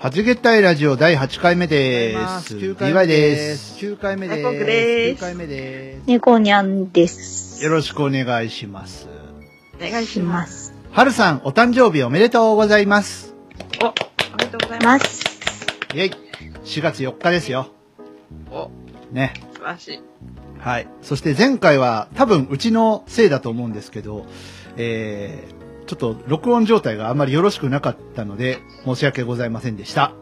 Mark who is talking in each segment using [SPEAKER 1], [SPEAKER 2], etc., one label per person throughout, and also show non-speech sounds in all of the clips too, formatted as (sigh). [SPEAKER 1] はじけたいラジオ第8回目で。
[SPEAKER 2] ますす9
[SPEAKER 1] DY
[SPEAKER 2] 回目
[SPEAKER 1] で。
[SPEAKER 2] ですす
[SPEAKER 1] 9回目です。
[SPEAKER 3] はい僕です
[SPEAKER 1] 9回目で
[SPEAKER 3] 猫にゃんです。
[SPEAKER 1] す。よろしくお願いします。
[SPEAKER 3] お願いします。
[SPEAKER 1] はるさん、お誕生日おめでとうございます。
[SPEAKER 3] おめでとうございます。
[SPEAKER 1] イェイ。4月4日ですよ。
[SPEAKER 2] お、
[SPEAKER 1] ね。
[SPEAKER 3] 素晴らしい。
[SPEAKER 1] はい。そして前回は多分うちのせいだと思うんですけど、えー、ちょっと録音状態があまりよろしくなかったので、申し訳ございませんでした。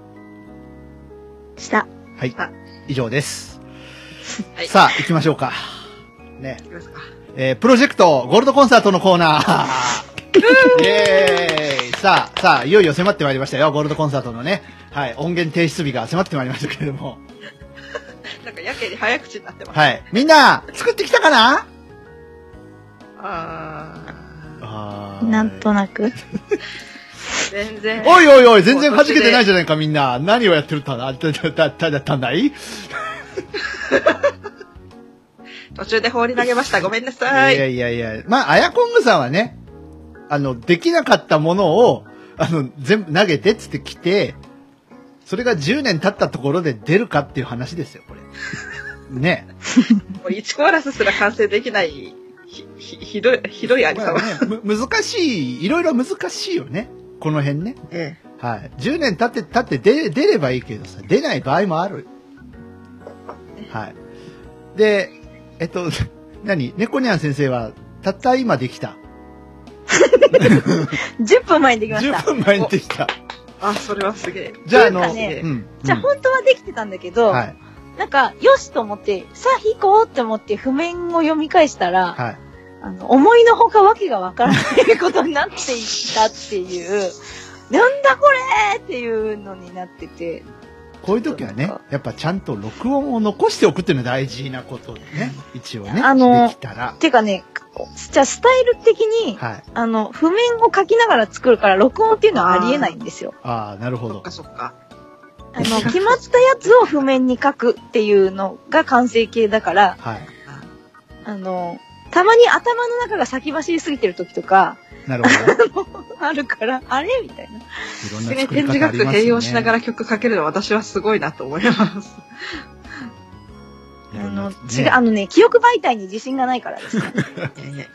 [SPEAKER 3] した。
[SPEAKER 1] はい
[SPEAKER 3] あ。
[SPEAKER 1] 以上
[SPEAKER 2] (laughs)
[SPEAKER 1] です。
[SPEAKER 3] はい
[SPEAKER 1] さあ、行きましょうか。ね。
[SPEAKER 3] いきますか。
[SPEAKER 1] えープロジェクトゴールドコンサートのコーナー。イエーイさあ、さあ、いよいよ迫ってまいりましたよ、ゴールドコンサートのね。はい、音源提出日が迫ってまいりましたけれども。
[SPEAKER 3] なんかやけに早口になってます。
[SPEAKER 1] はい。みんな、作ってきたかな
[SPEAKER 3] あ
[SPEAKER 1] あー
[SPEAKER 4] なんとなく。
[SPEAKER 3] ー、全然。
[SPEAKER 1] おいおいおい、全然弾けてないじゃないか、みんな。何をやってるただ、ただ、たただ、たんだい
[SPEAKER 3] 途中で放り投げました。ごめんなさ
[SPEAKER 1] いや
[SPEAKER 3] い。
[SPEAKER 1] いやいや、まあ、アヤコングさんはね、あの、できなかったものを、あの、全部投げてっつってきて、それが10年経ったところで出るかっていう話ですよ、これ。
[SPEAKER 4] (laughs)
[SPEAKER 1] ね。
[SPEAKER 3] もう1コーラスすら完成できない、ひ、ひひどい、ひどいあり
[SPEAKER 1] ま
[SPEAKER 3] さ
[SPEAKER 1] あ
[SPEAKER 3] ま。
[SPEAKER 1] ねむ難しい、いろいろ難しいよね。この辺ね。
[SPEAKER 3] え
[SPEAKER 1] はい。10年経って、経って出、出ればいいけどさ、出ない場合もある。はい。で、えっと、 (laughs) 何猫ニャン先生は、たった今できた。
[SPEAKER 4] 10分前にできました
[SPEAKER 1] 10。分前にできた。
[SPEAKER 3] え。あ、それはすげえ。
[SPEAKER 1] じゃあ、あの、
[SPEAKER 4] なんかね
[SPEAKER 1] うん。
[SPEAKER 4] じゃあ
[SPEAKER 1] うん
[SPEAKER 4] 本当はできてたんだけど、
[SPEAKER 1] はい。
[SPEAKER 4] なんか、よしと思って、さあ引こうって思って譜面を読み返したら、
[SPEAKER 1] はい。
[SPEAKER 4] あの思いのほかわけがわからないことになっていったっていう、なんだこれっていうのになってて、
[SPEAKER 1] こういう時はね
[SPEAKER 4] そうか、
[SPEAKER 1] やっぱちゃんと録音を残しておくっていうのは大事なことでね。一応ね。
[SPEAKER 4] あの
[SPEAKER 1] できたら。
[SPEAKER 4] ていうかね、じゃあスタイル的に、
[SPEAKER 1] はい。
[SPEAKER 4] あの、譜面を書きながら作るから録音っていうのはありえないんですよ。
[SPEAKER 1] ああ、なるほ
[SPEAKER 3] そっ
[SPEAKER 1] ど
[SPEAKER 3] か。そっか。
[SPEAKER 4] あの、決まったやつを譜面に書くっていうのが完成形だから、
[SPEAKER 1] はい。
[SPEAKER 4] あの、たまに頭の中が先走りすぎてる時とか、
[SPEAKER 1] なる
[SPEAKER 4] (laughs)
[SPEAKER 1] ほど。い
[SPEAKER 4] あるから、あれみたいな。
[SPEAKER 1] ろんな
[SPEAKER 3] 普通に
[SPEAKER 1] 作り
[SPEAKER 3] 展示
[SPEAKER 1] 方あ
[SPEAKER 3] 楽
[SPEAKER 1] り
[SPEAKER 3] と
[SPEAKER 1] ますね。
[SPEAKER 3] 併用しながら曲かけるのは私はすごいなと (laughs) 思います。
[SPEAKER 1] やり
[SPEAKER 4] あ
[SPEAKER 1] ま
[SPEAKER 4] の、
[SPEAKER 1] すね
[SPEAKER 4] 違う、あのね、記憶媒体に自信がないからで
[SPEAKER 1] (laughs)
[SPEAKER 4] すね。
[SPEAKER 3] いやいやいや。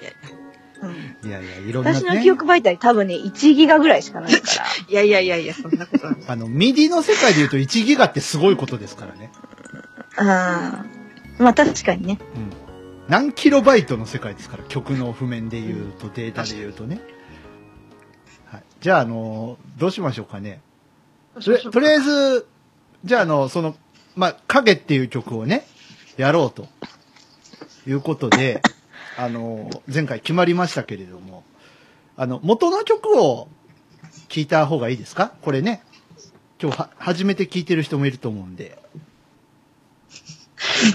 [SPEAKER 4] うん
[SPEAKER 1] いやいや、いろんなね。
[SPEAKER 4] 私の記憶媒体多分ね、1ギガぐらいしかないから。
[SPEAKER 3] いやいやいやいや、そんなことはない。
[SPEAKER 1] あの、ミディの世界で言うと1ギガってすごいことですからね。 (laughs)
[SPEAKER 4] あーまあ確かにね。
[SPEAKER 1] うん。何キロバイトの世界ですから、曲の譜面で言うと、データで言うとね。はい。じゃあ、あの、どうしましょうかね。とりとりあえず、じゃあ、あの、その、まあ、影っていう曲をね、やろうと。いうことで、あの、前回決まりましたけれども、あの、元の曲を聞いた方がいいですかこれね。今日は、初めて聞いてる人もいると思うんで。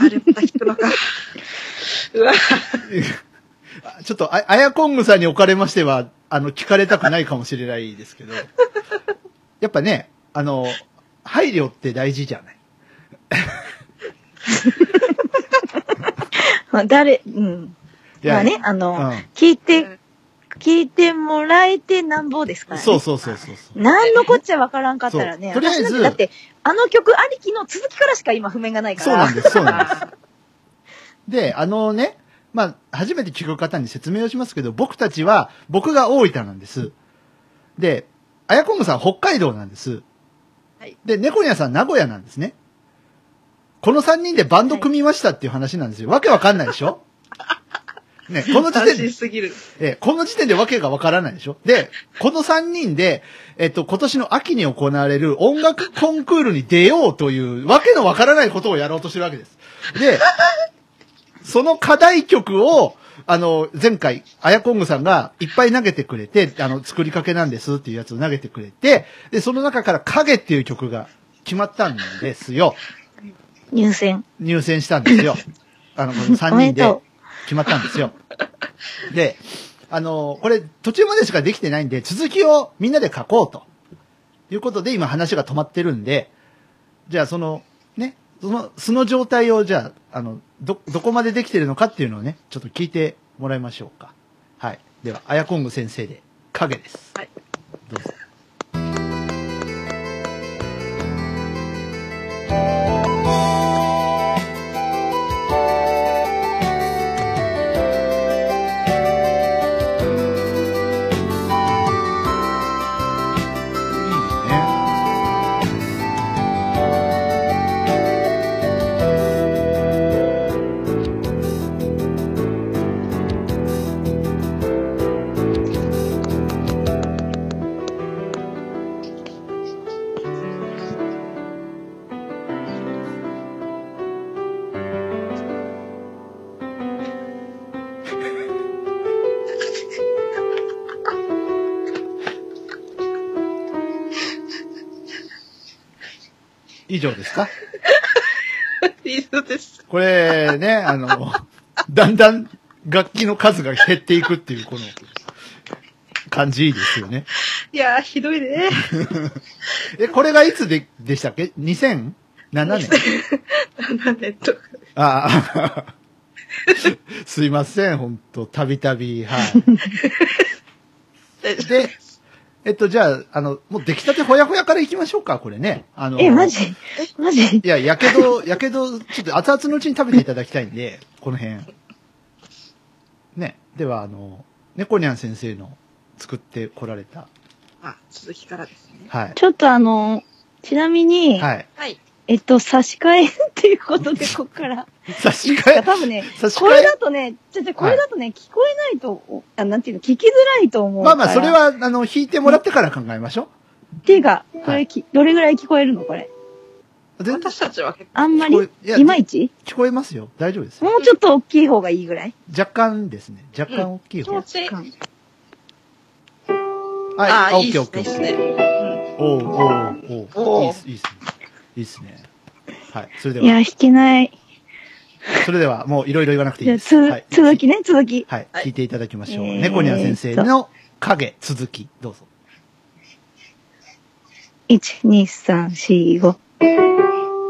[SPEAKER 3] あれまた弾くの (laughs) か。うわ、
[SPEAKER 1] あちょっとあ、あやこんぐさんにおかれましては、あの、聞かれたくないかもしれないですけど、やっぱね、あの、配慮って大事じゃない。
[SPEAKER 4] まあ誰、うん。
[SPEAKER 1] いや
[SPEAKER 4] まあね、あ
[SPEAKER 1] う
[SPEAKER 4] の、
[SPEAKER 1] ん。
[SPEAKER 4] 聞いて、聞いてもらえてなんぼですからね。
[SPEAKER 1] そうそうそうそうそう。
[SPEAKER 4] なんのこっちゃわからんかったらね。
[SPEAKER 1] そうとりあえず
[SPEAKER 4] 私なんてだって、あの曲ありきの続きからしか今譜面がないから。
[SPEAKER 1] そうなんです、そうなんです。で、あのね、まあ、初めて聞く方に説明をしますけど、僕たちは、僕が大分なんです。で、あやこんぐさん北海道なんです。
[SPEAKER 3] はい
[SPEAKER 1] で、猫ニャさん名古屋なんですね。この3人でバンド組みましたっていう話なんですよ。わけわかんないでしょね、この時点
[SPEAKER 3] 斬
[SPEAKER 1] で
[SPEAKER 3] 新、すぎる。
[SPEAKER 1] えーこの時点でわけがわからないでしょで、この3人で、えっと、今年の秋に行われる音楽コンクールに出ようという、わけのわからないことをやろうとしてるわけです。で、その課題曲を、あの、前回、アヤコングさんがいっぱい投げてくれて、あの、作りかけなんですっていうやつを投げてくれて、で、その中から影っていう曲が決まったんですよ。
[SPEAKER 4] 入選。
[SPEAKER 1] 入選したんです
[SPEAKER 4] (laughs)
[SPEAKER 1] よ。あの、この
[SPEAKER 4] おめ
[SPEAKER 1] 3人
[SPEAKER 4] で
[SPEAKER 1] で
[SPEAKER 4] と
[SPEAKER 1] 決まったんですよ。で、あの、これ途中までしかできてないんで、続きをみんなで書こうと。いうことで今話が止まってるんで、じゃあその、ね、その、素の状態をじゃあ、あの、ど、どこまでできてるのかっていうのをね、ちょっと聞いてもらいましょうか。はい。では、あやこんぐ先生で、影です。
[SPEAKER 3] はい。
[SPEAKER 1] どうぞ。いいね。以上ですか
[SPEAKER 3] いいのです。
[SPEAKER 1] これね、 (laughs) あの、だんだん楽器の数が減っていくっていう、この、感じいいですよね。
[SPEAKER 3] いやー、ひどいね。
[SPEAKER 1] え、これがいつで、でしたっけ ?2007 年
[SPEAKER 3] なんでと
[SPEAKER 1] ああ、 (laughs) すいません、ほんと、たびたび、はい。
[SPEAKER 3] 大丈夫
[SPEAKER 1] で、えっと、じゃあ、あの、もう出来たてほやほやから行きましょうか、これね。あの、
[SPEAKER 4] え、マジマジ
[SPEAKER 1] いや、やけど、やけど、ちょっと熱々のうちに食べていただきたいんで、この辺。ね。では、あの、猫ニャン先生の作ってこられた。
[SPEAKER 3] あ、続きからですね。
[SPEAKER 1] はい。
[SPEAKER 4] ちょっとあの、ちなみに、
[SPEAKER 1] はい。
[SPEAKER 3] はい。
[SPEAKER 4] えっと、差し替えっていうことで、こっから。
[SPEAKER 1] 差し替え。
[SPEAKER 4] 多分ね、
[SPEAKER 1] 差し
[SPEAKER 4] こ
[SPEAKER 1] 替
[SPEAKER 4] れ
[SPEAKER 1] え。
[SPEAKER 4] だとね、ちょっとこれだとね、聞こえないと、おあなんていうの、聞きづらいと思う
[SPEAKER 1] ま
[SPEAKER 4] か
[SPEAKER 1] あ
[SPEAKER 4] ら。
[SPEAKER 1] まあ、それ。は、あの、弾いてもらってから考えましょ
[SPEAKER 4] ていうか、こ
[SPEAKER 1] は
[SPEAKER 4] れ
[SPEAKER 1] い
[SPEAKER 4] き、どれぐらい聞こえるのこれ。
[SPEAKER 1] う。全然
[SPEAKER 3] 私たちは結
[SPEAKER 4] あんま
[SPEAKER 1] 聞こ
[SPEAKER 4] り、
[SPEAKER 1] え、いや、
[SPEAKER 4] いまいち
[SPEAKER 1] 聞こえますよ。大丈夫ですよ。
[SPEAKER 4] もうちょっと大きい方がいいぐらい。
[SPEAKER 1] 若干ですね。若干大きい
[SPEAKER 3] 構気
[SPEAKER 1] 方。
[SPEAKER 3] 持ちいい。
[SPEAKER 4] うん
[SPEAKER 1] はい。
[SPEAKER 3] あ
[SPEAKER 1] あ、
[SPEAKER 3] ー、
[SPEAKER 1] オ
[SPEAKER 3] い
[SPEAKER 1] ッケー
[SPEAKER 3] いで
[SPEAKER 1] オッケーオッケ
[SPEAKER 3] す
[SPEAKER 1] ー。
[SPEAKER 3] ね。うん
[SPEAKER 1] おうおうおう
[SPEAKER 3] おう
[SPEAKER 1] いいっす、いいっすね。いいっすね。はい。それで
[SPEAKER 4] い
[SPEAKER 1] は、
[SPEAKER 4] や、弾けない。
[SPEAKER 1] それでは、もういろいろ言わなくていい
[SPEAKER 4] じゃあ、
[SPEAKER 1] です。
[SPEAKER 4] つ
[SPEAKER 1] はい。
[SPEAKER 4] 続きね、続き。
[SPEAKER 1] はい、
[SPEAKER 3] はい
[SPEAKER 1] 聞いていただきましょう。
[SPEAKER 4] えー
[SPEAKER 1] 猫ニャン先生の影、続き、どうぞ。
[SPEAKER 4] 1、2、3、4、5。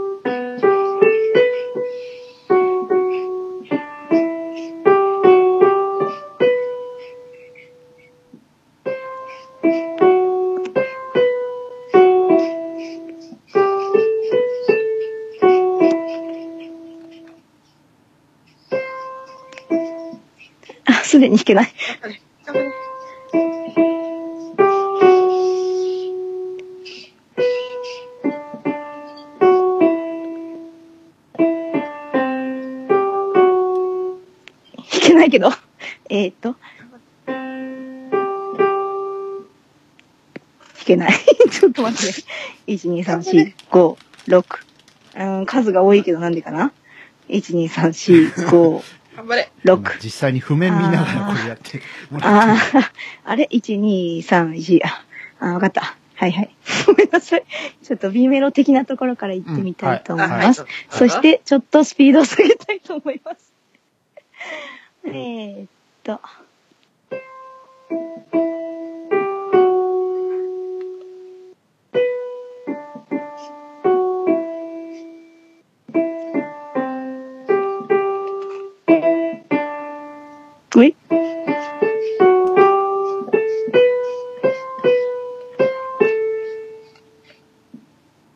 [SPEAKER 4] あ、すでに弾けない。
[SPEAKER 3] 頑張れ
[SPEAKER 4] 弾けないけど。 (laughs) えーっと。弾けない。 (laughs) ちょっと待って。1、2、3、4、5、6。うん、数が多いけどなんでかな ?1、2、3、4、5、
[SPEAKER 3] 頑張れ。
[SPEAKER 1] 今
[SPEAKER 4] 6。
[SPEAKER 1] 実際に譜面見ながら
[SPEAKER 4] あ
[SPEAKER 1] こ
[SPEAKER 4] ー
[SPEAKER 1] れやってもら
[SPEAKER 4] あ
[SPEAKER 1] って。
[SPEAKER 4] ー、 (laughs) あれ ?1、2、3、4。あ、わかった。はいはい。 (laughs) ごめんなさい。ちょっと B メロ的なところから行ってみたいと思い
[SPEAKER 3] あ
[SPEAKER 4] ます。
[SPEAKER 3] はい
[SPEAKER 4] そして、ちょっとスピードを下げたいと思います。えーっと。うい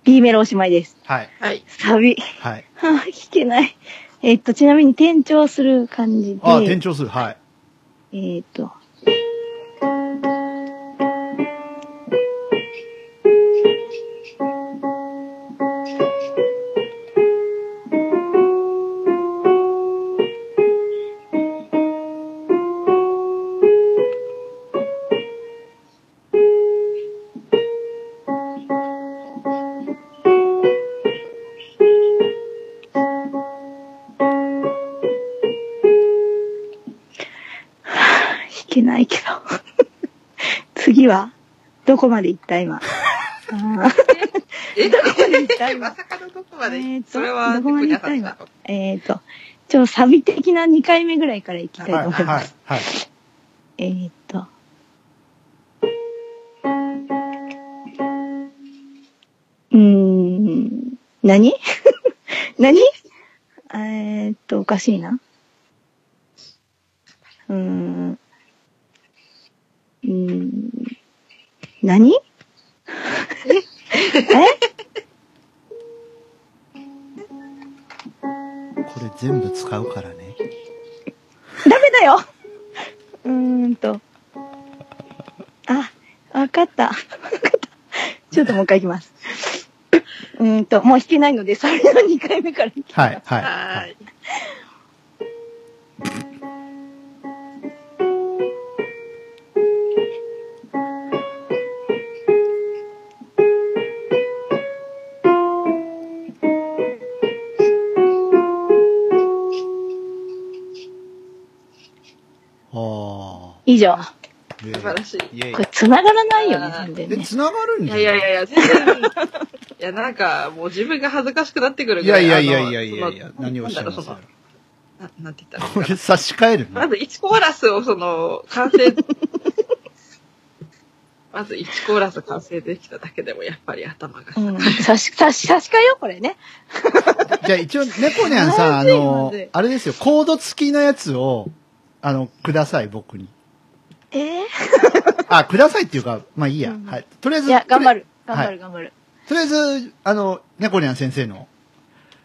[SPEAKER 4] ？B メロおしまいです。
[SPEAKER 1] はい、
[SPEAKER 3] はい。
[SPEAKER 4] サビ。
[SPEAKER 1] はい。
[SPEAKER 4] は (laughs) あ、弾けない。えっと、ちなみに転調する感じで。
[SPEAKER 1] あー、転調する、はい。
[SPEAKER 4] えっと。けないけど。 (laughs) 次はどこまで行った (laughs) 今。あー
[SPEAKER 3] え
[SPEAKER 4] どこまで行った
[SPEAKER 3] ま
[SPEAKER 4] 今。
[SPEAKER 3] さかのどこまで、
[SPEAKER 4] えーと
[SPEAKER 3] それは、
[SPEAKER 4] どこまで行
[SPEAKER 3] な
[SPEAKER 4] っ
[SPEAKER 3] か
[SPEAKER 4] た
[SPEAKER 3] っ
[SPEAKER 4] 今
[SPEAKER 3] た。
[SPEAKER 4] えっと、ちょ、サビ的な2回目ぐらいから行きたいと
[SPEAKER 1] はい、
[SPEAKER 4] 思います。
[SPEAKER 1] はい、はい。
[SPEAKER 4] えーっと。うーん、何 (laughs) 何えーっと、おかしいな。うーん。うーん、何 (laughs) え
[SPEAKER 1] これ全部使うからね。
[SPEAKER 4] ダメだようーんと。あ、わかった。わかった。ちょっともう一回いきます。うーんと、もう弾けないので、それの2回目から。
[SPEAKER 1] はい、はい。
[SPEAKER 3] はーい。
[SPEAKER 1] あ
[SPEAKER 4] 以上。
[SPEAKER 1] あ。素
[SPEAKER 3] 素晴らしい。
[SPEAKER 1] い。イェイ
[SPEAKER 4] これ繋がらないよね、全然
[SPEAKER 1] え、
[SPEAKER 4] ね。
[SPEAKER 1] 繋がるん
[SPEAKER 3] い
[SPEAKER 1] じゃ
[SPEAKER 3] や
[SPEAKER 1] ない
[SPEAKER 3] いやいやいや、全
[SPEAKER 1] (laughs)
[SPEAKER 3] 然。いや、なんか、もう自分が恥ずかしくなってくる
[SPEAKER 1] い
[SPEAKER 3] ぐら
[SPEAKER 1] や
[SPEAKER 3] い。
[SPEAKER 1] いやいやいや
[SPEAKER 3] あの
[SPEAKER 1] いやいや、
[SPEAKER 3] その
[SPEAKER 1] 何をおっしゃい
[SPEAKER 3] な
[SPEAKER 1] ま
[SPEAKER 3] んだろ
[SPEAKER 1] す
[SPEAKER 3] うその
[SPEAKER 1] か。
[SPEAKER 3] ななんて言ったらい
[SPEAKER 1] (laughs)
[SPEAKER 3] い
[SPEAKER 1] こ
[SPEAKER 3] のか
[SPEAKER 1] れ差し替える
[SPEAKER 3] (laughs) な。ま
[SPEAKER 1] の
[SPEAKER 3] ず1コーラスをその、完成、まず1コーラス完成できただけでも、やっぱり頭が。
[SPEAKER 4] うん。差し、差し、差し替えよう、これね。
[SPEAKER 1] じゃあ一応、猫ニャンさん、あ
[SPEAKER 4] まずいま
[SPEAKER 1] の
[SPEAKER 4] ずい、
[SPEAKER 1] あれですよ、コード付きのやつを、あの、ください、僕に。
[SPEAKER 4] え
[SPEAKER 1] あ、くださいっていうか、まあいいや。
[SPEAKER 4] うん
[SPEAKER 1] はい。とりあえ
[SPEAKER 4] ー、
[SPEAKER 1] ず、
[SPEAKER 4] いや、頑張
[SPEAKER 1] る。
[SPEAKER 4] る。頑張る、頑張る。
[SPEAKER 1] とりあえず、あの、猫ニャン先生の、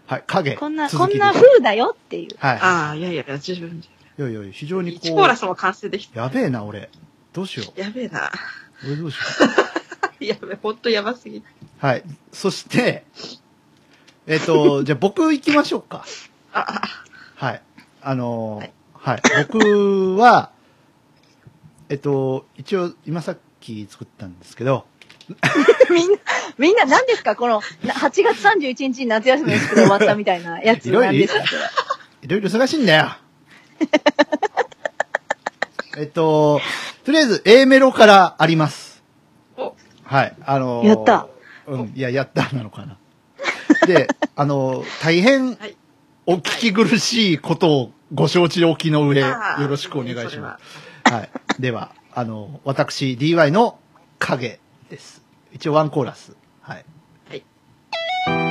[SPEAKER 1] はい、影。
[SPEAKER 4] こんな、こ
[SPEAKER 1] 続き
[SPEAKER 4] ん
[SPEAKER 1] で
[SPEAKER 4] な風だよっていう。
[SPEAKER 1] は
[SPEAKER 3] ああ、いやいやいや、自分で。
[SPEAKER 1] い。よいよい、非常に
[SPEAKER 3] 1
[SPEAKER 1] こ
[SPEAKER 3] コーラ
[SPEAKER 1] う、
[SPEAKER 3] スも完成できた。
[SPEAKER 1] やべえな、俺。どうしよ
[SPEAKER 3] やべえな。
[SPEAKER 1] う。俺どうしよう。
[SPEAKER 3] やべえ、ほんとやばすぎ。
[SPEAKER 1] はい。そして、えっ、と、じゃあ僕行きましょうか。
[SPEAKER 3] あ、
[SPEAKER 1] はい。あのーはい。僕は、えっと、一応、今さっき作ったんですけど、
[SPEAKER 4] みんな、みんな何ですかこの、な8月31日に夏休みの宿題終わったみたいなやつ
[SPEAKER 1] いろいろ
[SPEAKER 4] 何ですか
[SPEAKER 1] いろいろ忙しいんだよ。 (laughs) えっと、とりあえず A メロからあります。
[SPEAKER 3] お
[SPEAKER 1] はい。あのー
[SPEAKER 4] やった。
[SPEAKER 1] うん。いや、やったなのかな。で、あのー大変
[SPEAKER 3] はい、
[SPEAKER 1] お聞き苦しいことをご承知おきの上、よ
[SPEAKER 3] あー
[SPEAKER 1] ろしくお願いします。はい。では、あの、私、DY の影です。一応ワンコーラス。はい。
[SPEAKER 3] はい。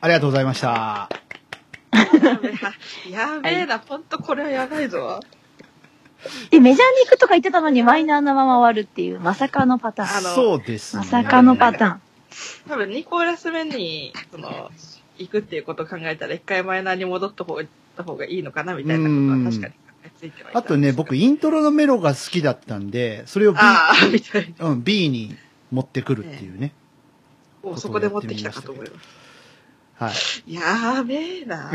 [SPEAKER 1] ありがとうございました。
[SPEAKER 3] やべえな。やべえな、ほんとこれはやばいぞ。
[SPEAKER 4] で、メジャーに行くとか言ってたのにマイナーなまま終わるっていう、まさかのパターン。
[SPEAKER 3] あの
[SPEAKER 1] そうですね。
[SPEAKER 4] まさかのパターン。
[SPEAKER 3] 多分2コーラス目に、その、行くっていうことを考えたら、一回マイナーに戻った方がった方がいいのかな、みたいなことは確かに考えついてはいた
[SPEAKER 1] あとね、僕、イントロのメロが好きだったんで、それを B,
[SPEAKER 3] ああ、みたいな。
[SPEAKER 1] うん、B に持ってくるっていうね。
[SPEAKER 3] もうそこで持ってきたかと思います。
[SPEAKER 1] はい。
[SPEAKER 3] やべえ
[SPEAKER 1] (laughs)
[SPEAKER 3] な。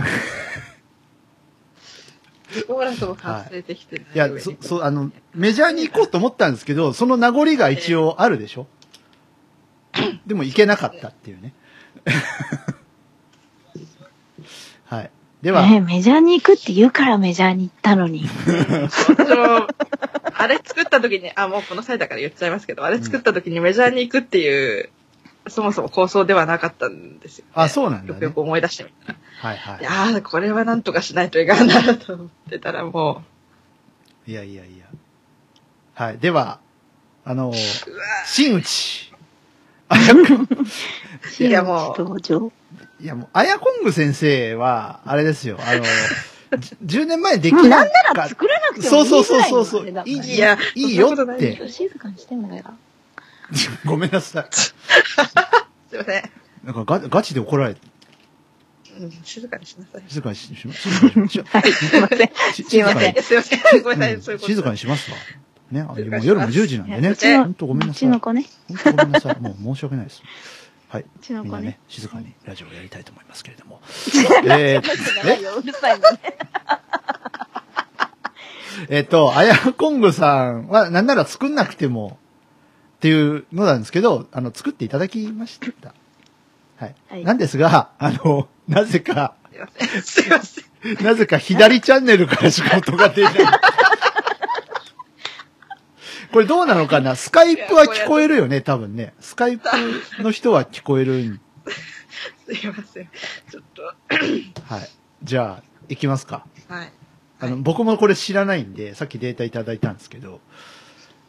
[SPEAKER 3] 2コーラスも完成できてない
[SPEAKER 1] いや、
[SPEAKER 3] 上に
[SPEAKER 1] そ、そう、あの、メジャーに行こうと思ったんですけど、その名残が一応あるでしょでも行けなかったっていうね。はい。では、
[SPEAKER 4] ねえメジャーに行くって言うからメジャーに行ったのに。
[SPEAKER 3] 私もあれ作った時に、あ、もうこの際だから言っちゃいますけど、あれ作った時にメジャーに行くっていう、そもそも構想ではなかったんですよ、ね。
[SPEAKER 1] あそうなんだね
[SPEAKER 3] よくよく思い出してみたら。
[SPEAKER 1] はいはい
[SPEAKER 3] やー、これはなんとかしないといかんなと思ってたらも
[SPEAKER 1] い。いやいやいや。はい。では、あのー、真打ち。あや
[SPEAKER 3] いやもう
[SPEAKER 4] 登場。
[SPEAKER 1] いやもう、あやこんぐ先生は、あれですよ、あの、 (laughs) じゅ10年前でき
[SPEAKER 4] もうな
[SPEAKER 1] なんい
[SPEAKER 4] なら
[SPEAKER 1] か
[SPEAKER 4] 作らなくて
[SPEAKER 1] そ
[SPEAKER 4] もいうい
[SPEAKER 1] そう
[SPEAKER 4] ぐ
[SPEAKER 1] そう
[SPEAKER 4] らい
[SPEAKER 1] そ
[SPEAKER 4] の
[SPEAKER 1] うそ
[SPEAKER 4] あ
[SPEAKER 1] う
[SPEAKER 4] れだ。
[SPEAKER 1] い
[SPEAKER 4] もん
[SPEAKER 1] い
[SPEAKER 4] ね
[SPEAKER 3] いや
[SPEAKER 1] いいよ
[SPEAKER 3] そんなこ
[SPEAKER 1] っ
[SPEAKER 3] とない
[SPEAKER 1] て。
[SPEAKER 4] 静かにしてんだから。
[SPEAKER 1] ごめんなさい。
[SPEAKER 3] う、すいません。
[SPEAKER 1] なんかガガチで怒られて、
[SPEAKER 3] うん静かにしなさい。
[SPEAKER 1] 静かにしします。静かにし
[SPEAKER 4] (laughs) はい、すいません。
[SPEAKER 1] し
[SPEAKER 4] すいませ
[SPEAKER 1] 静か
[SPEAKER 4] ん
[SPEAKER 1] に
[SPEAKER 3] すいません。ごめんなさ
[SPEAKER 1] うん
[SPEAKER 3] い。そういうこと。
[SPEAKER 1] 静かにしますわ。ね、あのも
[SPEAKER 3] 静か
[SPEAKER 1] う
[SPEAKER 3] にします
[SPEAKER 1] 夜も10時なんでね。
[SPEAKER 4] うちの
[SPEAKER 1] 本当ごめん
[SPEAKER 4] う
[SPEAKER 1] なさ
[SPEAKER 4] ち
[SPEAKER 1] い。
[SPEAKER 4] の
[SPEAKER 1] 本
[SPEAKER 4] 子ね。
[SPEAKER 1] 当ごめんなさい。もう申し訳ないです。はい。
[SPEAKER 4] うちの
[SPEAKER 1] みん
[SPEAKER 4] 子
[SPEAKER 1] な
[SPEAKER 4] ね
[SPEAKER 1] ね。、静かにラジオをやりたいと思いますけれど
[SPEAKER 4] (laughs)
[SPEAKER 1] も。えーえ
[SPEAKER 4] うるさいもんね。
[SPEAKER 1] えっと、あやこんぐさんは、なんなら作んなくても、っていうのなんですけど、あの、作っていただきました。はい。
[SPEAKER 4] はい
[SPEAKER 1] なんですが、あの、なぜか、
[SPEAKER 3] すいません。すいません。
[SPEAKER 1] なぜか左チャンネルから仕事が
[SPEAKER 3] (laughs)
[SPEAKER 1] 出ない。これどうなのかなスカイプは聞こえるよね、多分ね。スカイプの人は聞こえるん。
[SPEAKER 3] すいません。ちょっと、
[SPEAKER 1] はい。じゃあ、行きますか。
[SPEAKER 3] はい。
[SPEAKER 1] あの、僕もこれ知らないんで、さっきデータいただいたんですけど。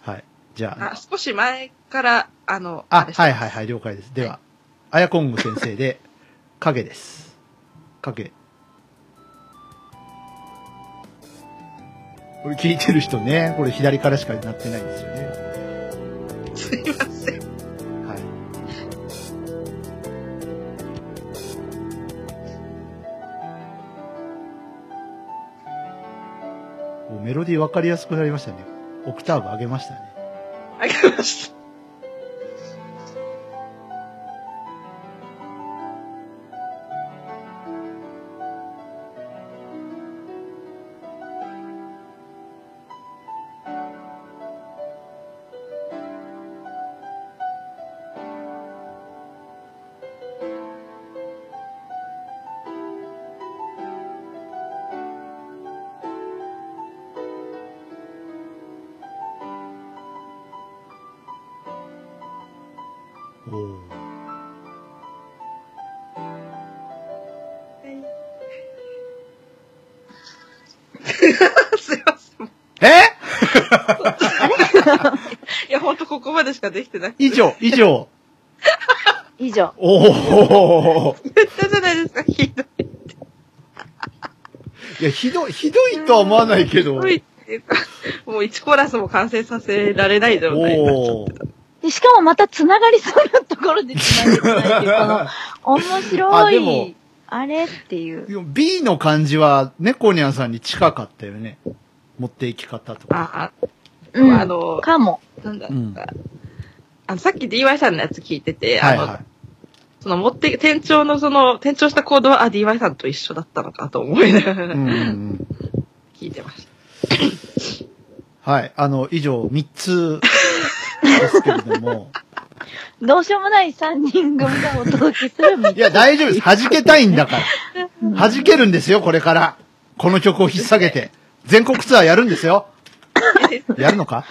[SPEAKER 1] はい。じゃ
[SPEAKER 3] あ、少し前から、あの、
[SPEAKER 1] あ、
[SPEAKER 3] れして
[SPEAKER 1] はいはいはい、了解です。では、あやこんぐ先生で、
[SPEAKER 3] (laughs)
[SPEAKER 1] 影です。影。これ聞いてる人ね、これ左からしかなってないんですよね。
[SPEAKER 3] すいません。
[SPEAKER 1] はい。おメロディー分かりやすくなりましたね。オクターブ上げましたね。
[SPEAKER 3] ありがとうございました。
[SPEAKER 1] おー
[SPEAKER 3] すいません。
[SPEAKER 1] え
[SPEAKER 3] いや、ほんとここまでしかできてなくて。
[SPEAKER 1] 以上、以上。
[SPEAKER 4] 以上。
[SPEAKER 1] おお。
[SPEAKER 3] 言ったじゃないですか、ひどい。
[SPEAKER 1] いや、ひどい、ひどいとは思わないけど。
[SPEAKER 3] ひどいっていうか、もう1コーラスも完成させられない状態になっちゃ
[SPEAKER 1] おお
[SPEAKER 3] って。
[SPEAKER 4] でしかもまた繋がりそうなところで繋がりないっていう、この、面
[SPEAKER 1] あ
[SPEAKER 4] 白
[SPEAKER 1] でも
[SPEAKER 4] い、あれっていう。
[SPEAKER 1] でも B の感じは、ね、コニャンさんに近かったよね。持っていき方とか。
[SPEAKER 3] ああ、
[SPEAKER 4] うん
[SPEAKER 3] あの、
[SPEAKER 4] かも。
[SPEAKER 3] なんだ、
[SPEAKER 1] うん
[SPEAKER 3] あの、さっき DY さんのやつ聞いてて、あ
[SPEAKER 1] はい
[SPEAKER 3] の、
[SPEAKER 1] は
[SPEAKER 3] その持って、店長のその、店長した行動は、あ、DY さんと一緒だったのかと思いなが
[SPEAKER 1] い。
[SPEAKER 3] ら、
[SPEAKER 1] うんうんうん。
[SPEAKER 3] 聞いてました。
[SPEAKER 1] はい。あの、以上、3つですけれども。
[SPEAKER 4] どうしようもない3人組がお届けするみたい
[SPEAKER 1] いや、大丈夫です。弾けたいんだから。弾けるんですよ、これから。この曲を引っ提げて。全国ツアーやるんですよ。やるのか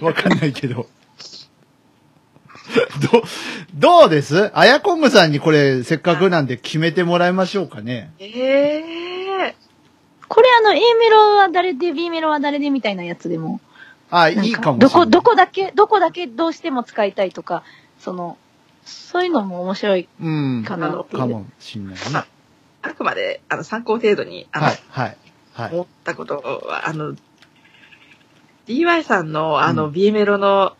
[SPEAKER 1] わかんないけど。ど、どうですあやこんぐさんにこれ、せっかくなんで決めてもらいましょうかね。
[SPEAKER 3] ええ
[SPEAKER 4] これあの、A メロは誰で、B メロは誰でみたいなやつでも。
[SPEAKER 1] あ、
[SPEAKER 4] なん
[SPEAKER 1] いいかもしれない。
[SPEAKER 4] どこ、どこだけ、どこだけどうしても使いたいとか、その、そういうのも面白い
[SPEAKER 1] うん。か
[SPEAKER 4] かなっていう。
[SPEAKER 1] もしんないね。
[SPEAKER 3] まああくまで、あの、参考程度に、あの、
[SPEAKER 1] はい、はい、はい。
[SPEAKER 3] 思ったことは、あの、DY さんの、あ
[SPEAKER 1] う
[SPEAKER 3] の、B メロの、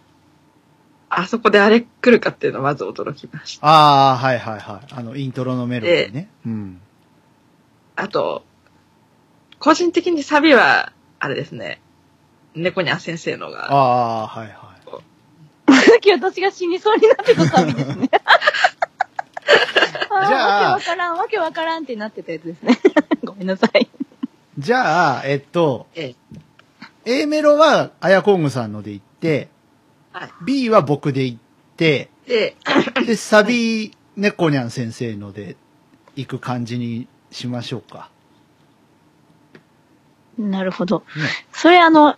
[SPEAKER 3] あそこであれ来るかっていうのはまず驚きました。
[SPEAKER 1] ああ、はい、はい、はい。あの、イントロのメロディーね。うん。
[SPEAKER 3] あと、個人的にサビは、あれですね、猫にゃん先生のが、
[SPEAKER 1] ああ、はい、はい。
[SPEAKER 4] さっき私が死にそうになってたサビで
[SPEAKER 1] (laughs)
[SPEAKER 4] すね。あー
[SPEAKER 1] じゃあ
[SPEAKER 4] わけわからん、わけわからんってなってたやつですね。 (laughs) ごめんなさい。
[SPEAKER 1] じゃあ、えっと、
[SPEAKER 3] え
[SPEAKER 1] A メロは、あやこんぐさんので行って、
[SPEAKER 3] はい
[SPEAKER 1] B は僕で行って、
[SPEAKER 3] えで、
[SPEAKER 1] で、サビ、ねこにゃん先生ので行く感じにしましょうか。
[SPEAKER 4] なるほど。それあの、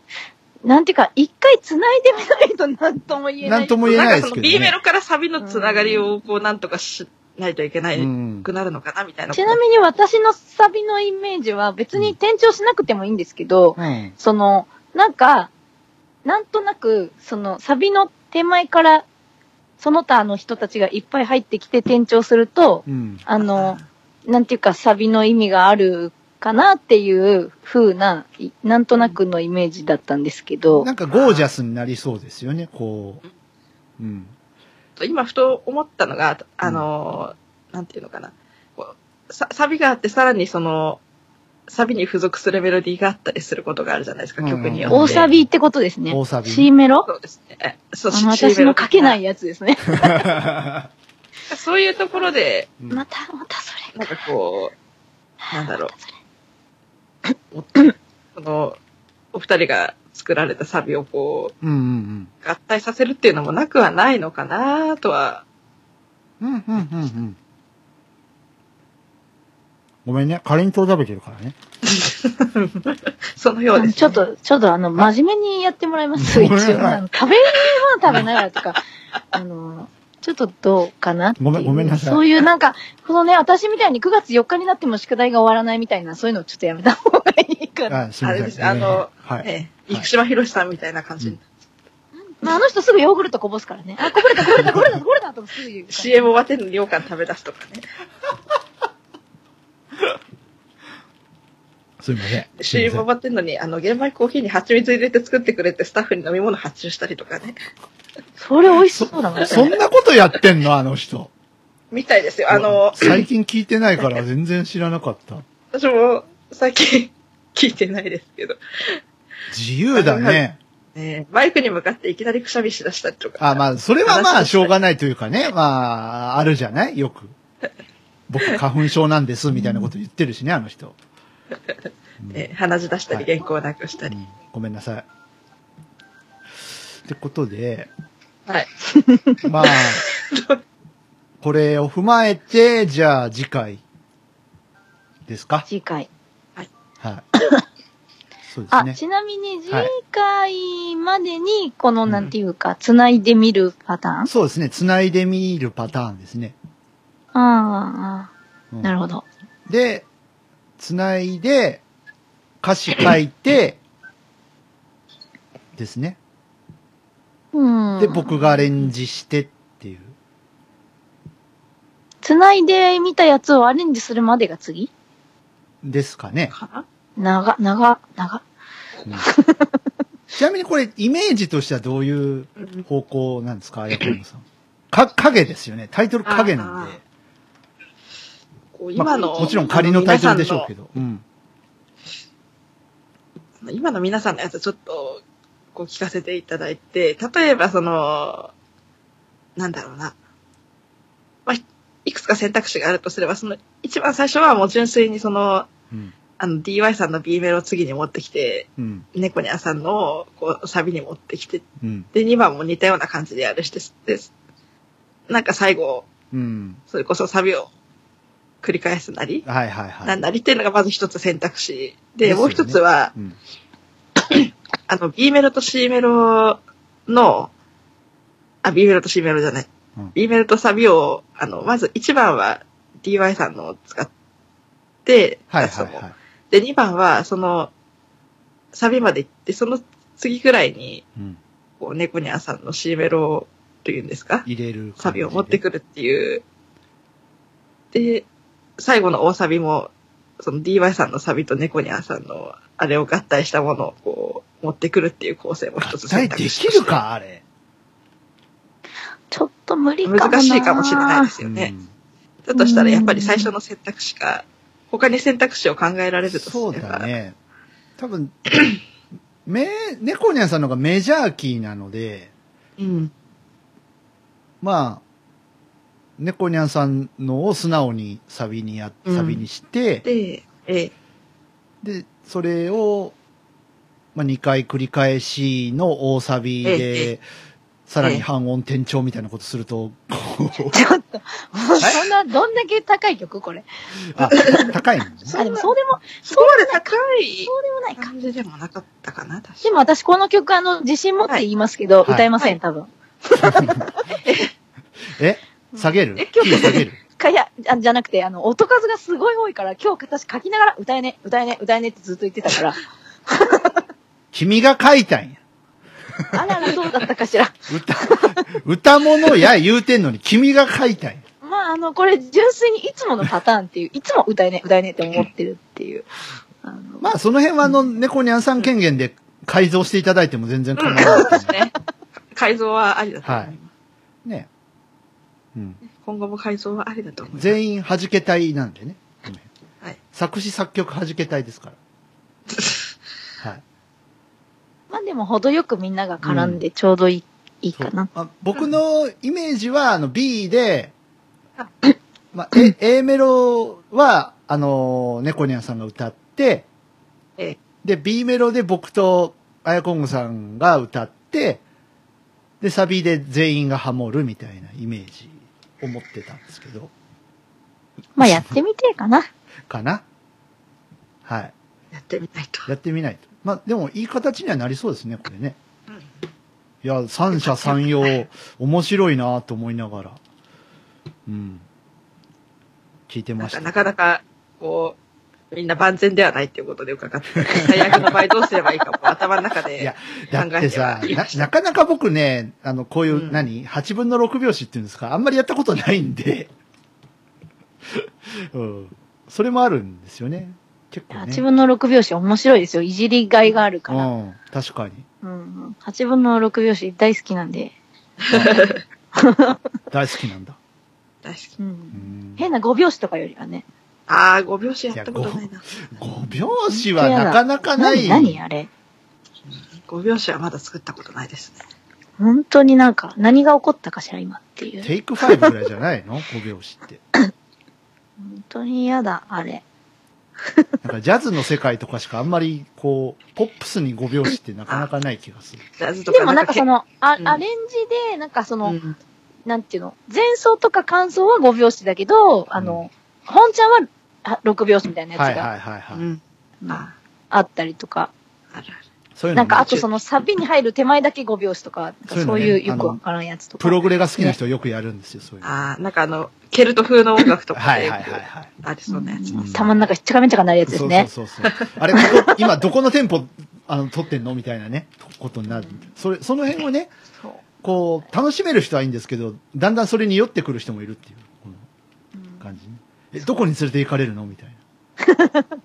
[SPEAKER 4] なんていうか、一回繋いでみないと何とも言えない。
[SPEAKER 1] なんとも言えない
[SPEAKER 3] なん
[SPEAKER 1] で
[SPEAKER 3] か
[SPEAKER 1] す
[SPEAKER 3] そ
[SPEAKER 1] け
[SPEAKER 3] の
[SPEAKER 1] ど
[SPEAKER 3] B メ
[SPEAKER 1] ね。
[SPEAKER 3] ロからサビのつながりをこうなんとかしないといけな
[SPEAKER 1] う
[SPEAKER 3] い
[SPEAKER 1] ん
[SPEAKER 3] くなるのかなみたいな。
[SPEAKER 4] ちなみに私のサビのイメージは別に転調しなくてもいいんですけど、
[SPEAKER 1] うん。
[SPEAKER 4] その、なんか、なんとなく、その、サビの手前から、その他の人たちがいっぱい入ってきて転調すると、
[SPEAKER 1] うん。
[SPEAKER 4] あの、なんていうか、サビの意味があるかなっていう風な、いなんとなくのイメージだったんですけど
[SPEAKER 1] な、んかゴージャスになりそうですよね、こう。うん。
[SPEAKER 3] 今ふと思ったのが、あのー、なんていうのかな。こうササビがあって、さらにその、サビに付属するメロディーがあったりすることがあるじゃないですか、
[SPEAKER 1] うん
[SPEAKER 3] 曲によって。
[SPEAKER 4] 大サビってことですね。
[SPEAKER 1] 大サビ
[SPEAKER 4] C メロ
[SPEAKER 3] そうですね。そ
[SPEAKER 4] あ
[SPEAKER 3] う、
[SPEAKER 4] の
[SPEAKER 3] C メロ
[SPEAKER 4] 私の書けない
[SPEAKER 3] 的
[SPEAKER 4] やつです
[SPEAKER 1] (laughs)
[SPEAKER 4] ね。
[SPEAKER 3] な。そういうところで、
[SPEAKER 1] うん
[SPEAKER 4] また、またそれ。
[SPEAKER 3] なんかこう、なんだろう
[SPEAKER 4] ま。たそれ
[SPEAKER 3] その、お二人が作られたサビをこ
[SPEAKER 1] うんうん
[SPEAKER 3] う、合体させるっていうのもなくはないのかなとは。
[SPEAKER 1] うん。うんうんうんうん。ごめんね、かりんとう食べてるからね。
[SPEAKER 3] そのようです、ね。
[SPEAKER 4] ちょっと、ちょっとあの、真面目にやってもらいます。
[SPEAKER 1] うん
[SPEAKER 4] 一応。
[SPEAKER 1] ごめんなさい
[SPEAKER 4] あの食べるものは食べながらとか、あの、ちょっとどうかなっていう
[SPEAKER 1] ごめんごめんなさい
[SPEAKER 4] そういうなんか、このね、私みたいに9月4日になっても宿題が終わらないみたいな、そういうのちょっとやめた方がいいかな。
[SPEAKER 1] あ、すみま
[SPEAKER 3] あれで
[SPEAKER 1] せん。
[SPEAKER 3] すあの
[SPEAKER 1] はい。
[SPEAKER 3] ね、
[SPEAKER 1] はい
[SPEAKER 3] 生島博さんみたいな感じ、
[SPEAKER 1] うん
[SPEAKER 4] まあ、あの人すぐヨーグルトこぼすからね。あ、こぼれた、こぼれた、こぼれた、こぼれたとすぐ言うから。
[SPEAKER 3] CM 終わってんのに羊羹食べ出すとかね。
[SPEAKER 1] (laughs) すみません。すい
[SPEAKER 3] CM 終
[SPEAKER 1] ま
[SPEAKER 3] わってんのに、あの、玄米コーヒーに蜂蜜入れて作ってくれてスタッフに飲み物発注したりとかね。
[SPEAKER 4] それ美味しそうだもんね。
[SPEAKER 1] せんそんなことやってんのあの人。
[SPEAKER 3] みたいですよ。あの、
[SPEAKER 1] 最近聞いてないから全然知らなかった。
[SPEAKER 3] 私も最近聞いてないですけど、
[SPEAKER 1] 自由だね。
[SPEAKER 3] ね、バイクに向かっていきなりくしゃみしだしたりとか。
[SPEAKER 1] あ、まあ、それはまあ、しょうがないというかね。まあ、あるじゃないよく。僕、花粉症なんです、みたいなこと言ってるしね、あの人。うん
[SPEAKER 3] ね、鼻血出した
[SPEAKER 1] は
[SPEAKER 3] り、
[SPEAKER 1] い
[SPEAKER 3] 原稿なくしたり。
[SPEAKER 1] うんごめんなさい。ってことで、
[SPEAKER 3] はい。
[SPEAKER 1] まあ、これを踏まえて、じゃあ次回ですか
[SPEAKER 4] 次回。
[SPEAKER 1] はい。そうです
[SPEAKER 4] あ、
[SPEAKER 1] ね。
[SPEAKER 4] ちなみに次回までに、この、なんていうか、繋いでみるパターン、
[SPEAKER 1] そうですね。繋いでみるパターンですね。
[SPEAKER 4] あ
[SPEAKER 1] う
[SPEAKER 4] あ、
[SPEAKER 1] ん
[SPEAKER 4] なるほど。
[SPEAKER 1] で、繋いで、歌詞書いて、ですね。
[SPEAKER 4] うん。
[SPEAKER 1] で、僕がアレンジしてっていう。
[SPEAKER 4] 繋いでみたやつをアレンジするまでが次
[SPEAKER 1] ですかね。
[SPEAKER 3] かな
[SPEAKER 4] 長、長、長。
[SPEAKER 1] (laughs) ちなみにこれ、イメージとしてはどういう方向なんですか、あやこのさん。か、影ですよね。タイトル影なんで。
[SPEAKER 3] こう
[SPEAKER 1] ま
[SPEAKER 3] 今
[SPEAKER 1] あ、
[SPEAKER 3] の、
[SPEAKER 1] もちろん仮のタイトルでしょうけど。うん。
[SPEAKER 3] 今の皆さんのやつちょっとこう聞かせていただいて、例えばその、なんだろうな。まあ、いいくつか選択肢があるとすれば、その一番最初はもう純粋にその、
[SPEAKER 1] うん。
[SPEAKER 3] あの DY さんの B メロを次に持ってきて、
[SPEAKER 1] うん。
[SPEAKER 3] 猫ニャンさんのこうサビに持ってきて、
[SPEAKER 1] うん。
[SPEAKER 3] で2番も似たような感じでやるして、でなんか最後、
[SPEAKER 1] うん。
[SPEAKER 3] それこそサビを繰り返すなり、
[SPEAKER 1] はいはいは
[SPEAKER 3] ないん。なりっていうのがまず一つ選択肢
[SPEAKER 1] で
[SPEAKER 3] で、
[SPEAKER 1] すよね
[SPEAKER 3] もう一つは、
[SPEAKER 1] うん。
[SPEAKER 3] あの、B メロと C メロの、あ、B メロと C メロじゃない。
[SPEAKER 1] うん
[SPEAKER 3] B メロとサビを、あの、まず1番は DY さんのを使って、
[SPEAKER 1] はい
[SPEAKER 3] 出す
[SPEAKER 1] は
[SPEAKER 3] の
[SPEAKER 1] いはい。
[SPEAKER 3] で、2番は、その、サビまで行って、その次ぐらいに、
[SPEAKER 1] うん。
[SPEAKER 3] こう、猫ニャンさんの C メロというんですか
[SPEAKER 1] 入れる感じで。
[SPEAKER 3] サビを持ってくるっていう。で、最後の大サビも、その DY さんのサビと猫ニャンさんのあれを合体したものをこう持ってくるっていう構成も一
[SPEAKER 1] 合体
[SPEAKER 3] つ選
[SPEAKER 1] で
[SPEAKER 3] 択肢
[SPEAKER 1] き
[SPEAKER 3] とし
[SPEAKER 1] る
[SPEAKER 3] て
[SPEAKER 1] か、あれ。
[SPEAKER 4] ちょっと無理かもな。
[SPEAKER 3] 難しいかもしれないですよね。だとしたらやっぱり最初の選択肢か、他に選択肢を考えら
[SPEAKER 1] う
[SPEAKER 3] れ
[SPEAKER 1] ん。
[SPEAKER 3] ると
[SPEAKER 1] そう
[SPEAKER 3] すれ
[SPEAKER 1] だ
[SPEAKER 3] ば、
[SPEAKER 1] ね。多分、 (coughs) め、猫ニャンさんの方がメジャーキーなので、
[SPEAKER 3] うん。
[SPEAKER 1] まあ、猫ニャンさんのを素直にサビにや、
[SPEAKER 3] うん
[SPEAKER 1] サビにして、
[SPEAKER 3] で、え
[SPEAKER 1] で、それを、まあ、2回繰り返しの大サビ
[SPEAKER 3] え
[SPEAKER 1] で、さらに半音転調みたいなことする
[SPEAKER 3] (laughs)
[SPEAKER 1] と、こう
[SPEAKER 4] ちょっと、もうそんな、どんだけ高い曲これ。
[SPEAKER 1] あ、高いのね。
[SPEAKER 4] あ、でもそうでも、
[SPEAKER 3] そこまで高い
[SPEAKER 4] そうでもないか。
[SPEAKER 3] 感じでもなかったかな、確
[SPEAKER 4] でも私この曲あの、自信持って言いますけど、
[SPEAKER 1] はい
[SPEAKER 4] 歌えません、多分。
[SPEAKER 1] え下げる
[SPEAKER 3] え
[SPEAKER 1] キー下げる
[SPEAKER 4] かいや、あじゃなくて、あの、音数がすごい多いから、今日私書きながら、歌えね、歌えね、歌えねってずっと言ってた
[SPEAKER 3] (laughs)
[SPEAKER 4] から、
[SPEAKER 1] 君が書いたんや。
[SPEAKER 4] あらら、どうだったかしら。
[SPEAKER 1] 歌、 (laughs) 歌物や言うてんのに君が書いたんや。
[SPEAKER 4] まあ、あの、これ純粋にいつものパターンっていう、いつも歌えね、歌えねって思ってるっていう。あの
[SPEAKER 1] まあその辺はあの、猫にゃんさん権限で改造していただいても全然構わないです
[SPEAKER 3] かに。
[SPEAKER 1] (laughs)
[SPEAKER 3] ね。改造はありだと思います。
[SPEAKER 1] ね。うん。
[SPEAKER 3] 今後も改造はありだと思います。
[SPEAKER 1] 全員弾け隊なんでね。ごめん
[SPEAKER 3] はい
[SPEAKER 1] 作詞作曲弾け隊ですから。はい。
[SPEAKER 4] まあでも、程よくみんなが絡んでちょうどいい,、いいかな。
[SPEAKER 1] そうあ僕のイメージは、あの、B で
[SPEAKER 3] あ、
[SPEAKER 1] (coughs) まあ、A, A メロは、あの、猫ニャンさんが歌って、
[SPEAKER 3] ええ
[SPEAKER 1] で、B メロで僕と、あやこんぐさんが歌って、で、サビで全員がハモるみたいなイメージを持ってたんですけど、
[SPEAKER 4] まあ、やってみてえかな。
[SPEAKER 1] かな。はい。
[SPEAKER 3] やってみないと。
[SPEAKER 1] やってみないと。まあ、でも、いい形にはなりそうですね、これね。
[SPEAKER 3] うん
[SPEAKER 1] いや、三者三様、面白いなと思いながら、うん。聞いて
[SPEAKER 3] な
[SPEAKER 1] ま
[SPEAKER 3] ん
[SPEAKER 1] した。
[SPEAKER 3] かなかなか、こう、みんな万全ではないっていうことで伺って、最悪の場合どうすればいいかも頭の中
[SPEAKER 1] いや
[SPEAKER 3] で。
[SPEAKER 1] だってさ
[SPEAKER 3] 考えて
[SPEAKER 1] な
[SPEAKER 3] は、
[SPEAKER 1] なかなか僕ね、あの、こういう、
[SPEAKER 3] うん
[SPEAKER 1] 何 ?8 分の6拍子っていうんですかあんまりやったことないんで。 (laughs) うん。それもあるんですよね。結構ね。
[SPEAKER 4] 8分の6拍子面白いですよ。いじりがいがあるから。
[SPEAKER 1] うん。確かに。
[SPEAKER 4] うんうん、8分の6拍子大好きなんで。
[SPEAKER 1] 大好きなんだ。
[SPEAKER 3] 大好き
[SPEAKER 4] う、
[SPEAKER 1] うんん。
[SPEAKER 4] 変な5拍子とかよりはね。
[SPEAKER 3] ああ、5拍子やったことないな。
[SPEAKER 1] 5拍子はなかなかない。
[SPEAKER 4] 何何あれ
[SPEAKER 3] 5拍子はまだ作ったことないですね。
[SPEAKER 4] 本当になんか、何が起こったかしら今っていう。
[SPEAKER 1] テイク5ぐらいじゃないの (laughs) ?5 拍子って。
[SPEAKER 4] 本当に嫌だ、あれ。
[SPEAKER 1] なんかジャズの世界とかしかあんまりこう、ポップスに5拍子ってなかなかない気がする。
[SPEAKER 3] ジャズとか
[SPEAKER 4] でもなんかその、あ
[SPEAKER 3] うん
[SPEAKER 4] アレンジで、なんかその、
[SPEAKER 3] うん
[SPEAKER 4] なんていうの、前奏とか間奏は5拍子だけど、あの、本ちゃんはあ6拍子みたい (laughs) なやつ
[SPEAKER 1] はい
[SPEAKER 4] が
[SPEAKER 1] はいはいはい。
[SPEAKER 3] うん。
[SPEAKER 4] うん
[SPEAKER 3] あ
[SPEAKER 4] あったりとか、
[SPEAKER 3] あるある。
[SPEAKER 1] そういうの
[SPEAKER 4] なん
[SPEAKER 1] ね
[SPEAKER 4] かあとそのサビに入る手前だけ5拍子とか、なんか
[SPEAKER 1] そ
[SPEAKER 4] そうう
[SPEAKER 1] いうのね
[SPEAKER 4] いうよくわからんやつとか。
[SPEAKER 1] プログレが好きな人よくやるんですよ、そういうの。は
[SPEAKER 3] ああ、なんかあの、ケルト風の音楽とか
[SPEAKER 1] い
[SPEAKER 3] で
[SPEAKER 1] はいはいはい。
[SPEAKER 3] ありそうなやつ。
[SPEAKER 1] うん
[SPEAKER 4] たまんなんかちゃかめちゃかなるやつですね。
[SPEAKER 1] そうそうそうそう。あれ、ここ今どこの店舗、あの、撮ってんのみたいなね、ことになる。それ、その辺をね、
[SPEAKER 3] そう
[SPEAKER 1] こう、楽しめる人はいいんですけど、だんだんそれに酔ってくる人もいるっていう、この
[SPEAKER 4] うん
[SPEAKER 1] 感じね。え、どこに連れて行かれるのみたいな。
[SPEAKER 4] うん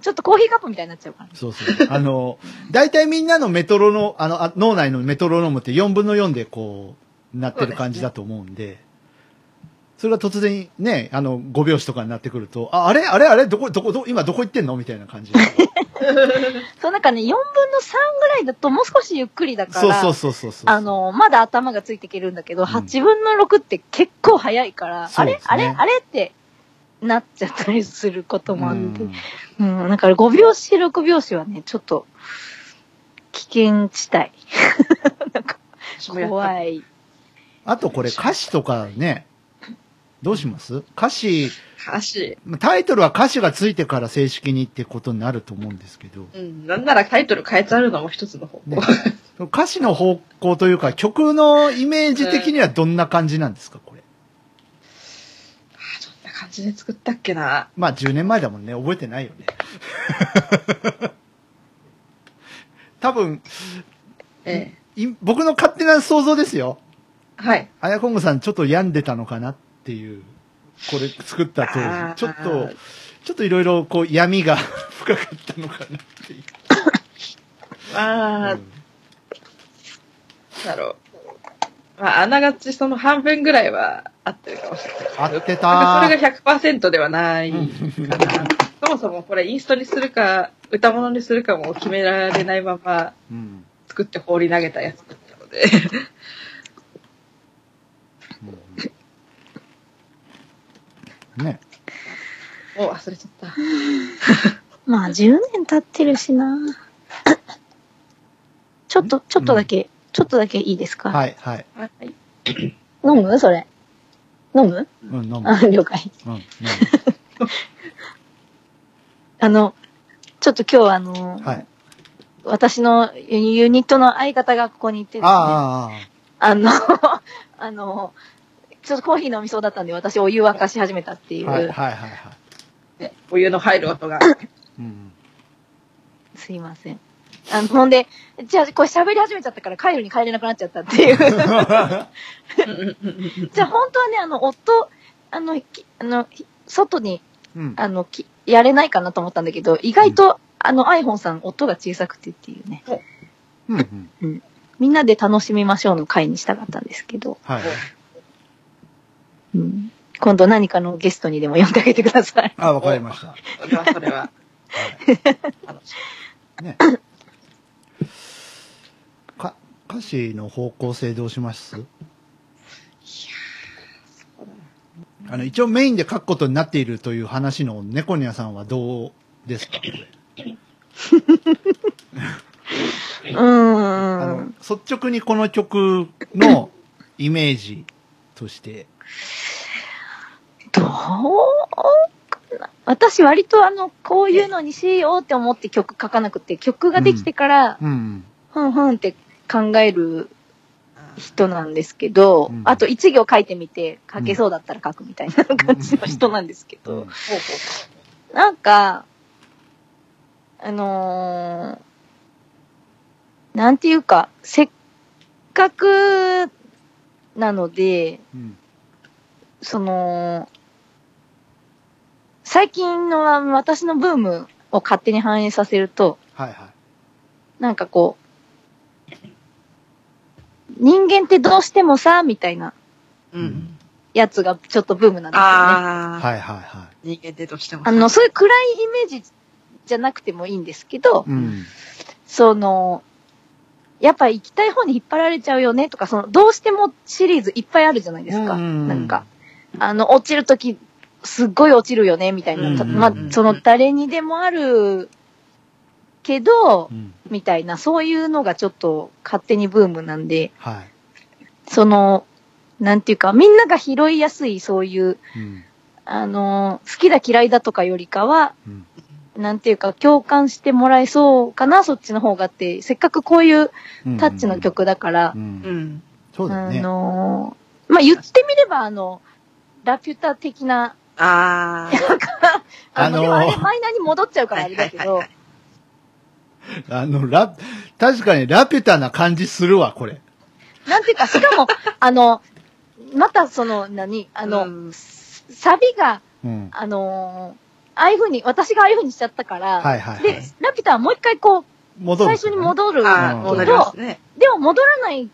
[SPEAKER 4] ちょっとコーヒーカップみたいになっちゃうから。
[SPEAKER 1] そうそう。あの、大体みんなのメトロの、あの、あ脳内のメトロノームって4分の4でこう、なってる感じだと思うんで、それが突然ね、あの、5拍子とかになってくると、あ、あれあれあれどこ、どこ、どこ今どこ行ってんのみたいな感じ。
[SPEAKER 4] そうなんかね、4分の3ぐらいだともう少しゆっくりだから、
[SPEAKER 1] そうそうそうそうそう。
[SPEAKER 4] あ、の、まだ頭がついていけるんだけど、
[SPEAKER 1] ん
[SPEAKER 4] 8分の6って結構早いから、
[SPEAKER 1] そ
[SPEAKER 4] あ
[SPEAKER 1] うで
[SPEAKER 4] れ
[SPEAKER 1] すね
[SPEAKER 4] あれあれってなっちゃったりすることもあ
[SPEAKER 1] う
[SPEAKER 4] って。うん
[SPEAKER 1] ん、
[SPEAKER 4] だから5拍子、6拍子はね、ちょっと、危険地帯。なんか、怖い。
[SPEAKER 1] あとこれ歌詞とかね、どうします歌詞、
[SPEAKER 3] 歌詞。
[SPEAKER 1] タイトルは歌詞がついてから正式にってことになると思うんですけど、
[SPEAKER 3] うん。なんならタイトル変えちゃうのも一つの方 (laughs) 向。
[SPEAKER 1] ね歌詞の方向というか曲のイメージ的にはどんな感じなんですかこれ。
[SPEAKER 3] そんな感じで作ったっけな。
[SPEAKER 1] まあ10年前だもんね。覚えてないよ
[SPEAKER 3] (laughs)
[SPEAKER 1] ね。多分、
[SPEAKER 3] え
[SPEAKER 1] い僕の勝手な想像ですよ。
[SPEAKER 3] え。はい。
[SPEAKER 1] あやこんごさんちょっと病んでたのかなっていう、これ作った
[SPEAKER 3] あー
[SPEAKER 1] 当時、ちょっと、ちょっといろいろこう闇が (laughs) 深かったのかなっていう。
[SPEAKER 3] まあ、
[SPEAKER 1] う
[SPEAKER 3] なん
[SPEAKER 1] ん
[SPEAKER 3] だろう。まあ、あながちその半分ぐらいは合ってるかもしれない。
[SPEAKER 1] 合って
[SPEAKER 3] なんかそ
[SPEAKER 1] た
[SPEAKER 3] れが100%ではないかな。 (laughs) そもそもこれインストにするか、歌物にするかも決められないまま
[SPEAKER 1] うん。
[SPEAKER 3] 作って放り投げたやつだったので。 (laughs) (laughs)
[SPEAKER 1] うんね。
[SPEAKER 3] もう忘れちゃった。
[SPEAKER 4] まあ、10年経ってるしな。ちょっと、ちょっとだけちょっとだけいいですか、
[SPEAKER 1] はい、はい。
[SPEAKER 3] はい。
[SPEAKER 4] 飲むそれ。飲む
[SPEAKER 1] うん、飲む。
[SPEAKER 4] あ、了解。
[SPEAKER 1] うん、飲
[SPEAKER 4] あの、ちょっと今日あの
[SPEAKER 1] む。、はい。
[SPEAKER 4] 私のユニユニットの相方がここに行ってですね、あ
[SPEAKER 1] あ
[SPEAKER 4] の、 (laughs) あの、ちょっとコーヒー飲みそうだったんで私お湯沸かし始めたってい
[SPEAKER 1] あ、
[SPEAKER 4] う、
[SPEAKER 1] はい、はい、はい。はい
[SPEAKER 3] ねお湯の入る音が。
[SPEAKER 1] うん。
[SPEAKER 4] すいません。あの、ほんで、じゃあこれ喋り始めちゃったから帰るに帰れなくなっちゃったって
[SPEAKER 1] (laughs)
[SPEAKER 4] いう。
[SPEAKER 3] うんうんうんうん
[SPEAKER 4] じゃあ本当はね、あの、夫、あの、きあの、ひ外に、
[SPEAKER 1] うん。
[SPEAKER 4] あの、きやれないかなと思ったんだけど、意外と、あの、iPhone さん、音が小さくてっていうね、
[SPEAKER 1] うん、うん。
[SPEAKER 4] みんなで楽しみましょうの回にしたかったんですけど、
[SPEAKER 1] はい。
[SPEAKER 4] うん、今度何かのゲストにでも呼んであげてください。
[SPEAKER 1] あ、わかりました。は
[SPEAKER 3] それはそれは。あの
[SPEAKER 1] い。ね。か、歌詞の方向性どうしますあの、一応メインで書くことになっているという話の猫ニャさんはどうですかこれ
[SPEAKER 4] う
[SPEAKER 1] あ
[SPEAKER 4] ー
[SPEAKER 1] の
[SPEAKER 4] ん。、
[SPEAKER 1] 率直にこの曲のイメージとして。
[SPEAKER 4] どうかな私割とあの、こういうのにしようって思って曲書かなくて、曲ができてから、
[SPEAKER 1] うん。
[SPEAKER 4] ふんふんって考える人なんですけど、
[SPEAKER 1] うん
[SPEAKER 4] あと一行書いてみて、書けそうだったら書くみたいな感じの人なんですけど、
[SPEAKER 1] うん
[SPEAKER 3] ほうほう
[SPEAKER 4] なんか、あのーなんていうか、せっかくなので、
[SPEAKER 1] うん。
[SPEAKER 4] その、最近のあの私のブームを勝手に反映させると、
[SPEAKER 1] はいは。
[SPEAKER 4] なんかこう、人間ってどうしてもさ、みたいない
[SPEAKER 3] うん。
[SPEAKER 4] やつがちょっとブームなんですよね。
[SPEAKER 3] ああ、
[SPEAKER 1] はいはいは
[SPEAKER 3] 人間ってどうしても
[SPEAKER 4] あ。の、そういう暗いイメージじゃなくてもいいんですけど
[SPEAKER 1] い。、うん。
[SPEAKER 4] その、やっぱ行きたい方に引っ張られちゃうよねとか、その、どうしてもシリーズいっぱいあるじゃないですか。
[SPEAKER 1] うんうんうん
[SPEAKER 4] なんか、あの、落ちるとき、すっごい落ちるよね、みたいな。
[SPEAKER 3] うんうんうん
[SPEAKER 4] まあ、その、誰にでもあるけど
[SPEAKER 1] う、ん。
[SPEAKER 4] みたいな、そういうのがちょっと勝手にブームなんで、
[SPEAKER 1] は
[SPEAKER 4] その、なんていうか、みんなが拾いやすい、そういう、
[SPEAKER 1] い。うん。
[SPEAKER 4] あの、好きだ嫌いだとかよりかは、
[SPEAKER 1] うん。
[SPEAKER 4] なんていうか、共感してもらえそうかな、そっちの方がって、せっかくこういうタッチの曲だから
[SPEAKER 1] う、。
[SPEAKER 3] うんん。
[SPEAKER 1] そうだよね。
[SPEAKER 4] あのーまあ、言ってみれば、あの、ラピュタ的な、
[SPEAKER 3] あ
[SPEAKER 4] あ
[SPEAKER 1] あ
[SPEAKER 4] の、で
[SPEAKER 1] の
[SPEAKER 4] も
[SPEAKER 1] ー
[SPEAKER 4] あれマイナーに戻っちゃう
[SPEAKER 3] あ。
[SPEAKER 4] からあれだけど、
[SPEAKER 1] あの、ラ、確かにラピュタな感じするわ、これ。
[SPEAKER 4] なんていうか、しかも、あの、またその、何、あの、
[SPEAKER 3] うん
[SPEAKER 4] サビが、
[SPEAKER 1] うん。
[SPEAKER 4] あのーああいうふうに、私がああいうふうにしちゃったから、
[SPEAKER 1] はいはいはい
[SPEAKER 4] で、ラピュタはもう一回こう、
[SPEAKER 1] 戻る
[SPEAKER 4] 最
[SPEAKER 1] んですよ
[SPEAKER 4] 初
[SPEAKER 1] ね、
[SPEAKER 4] に戻る
[SPEAKER 3] ああ、
[SPEAKER 1] うん
[SPEAKER 3] 戻
[SPEAKER 4] け
[SPEAKER 3] りま
[SPEAKER 4] ど
[SPEAKER 3] す、ね。
[SPEAKER 4] でも戻らない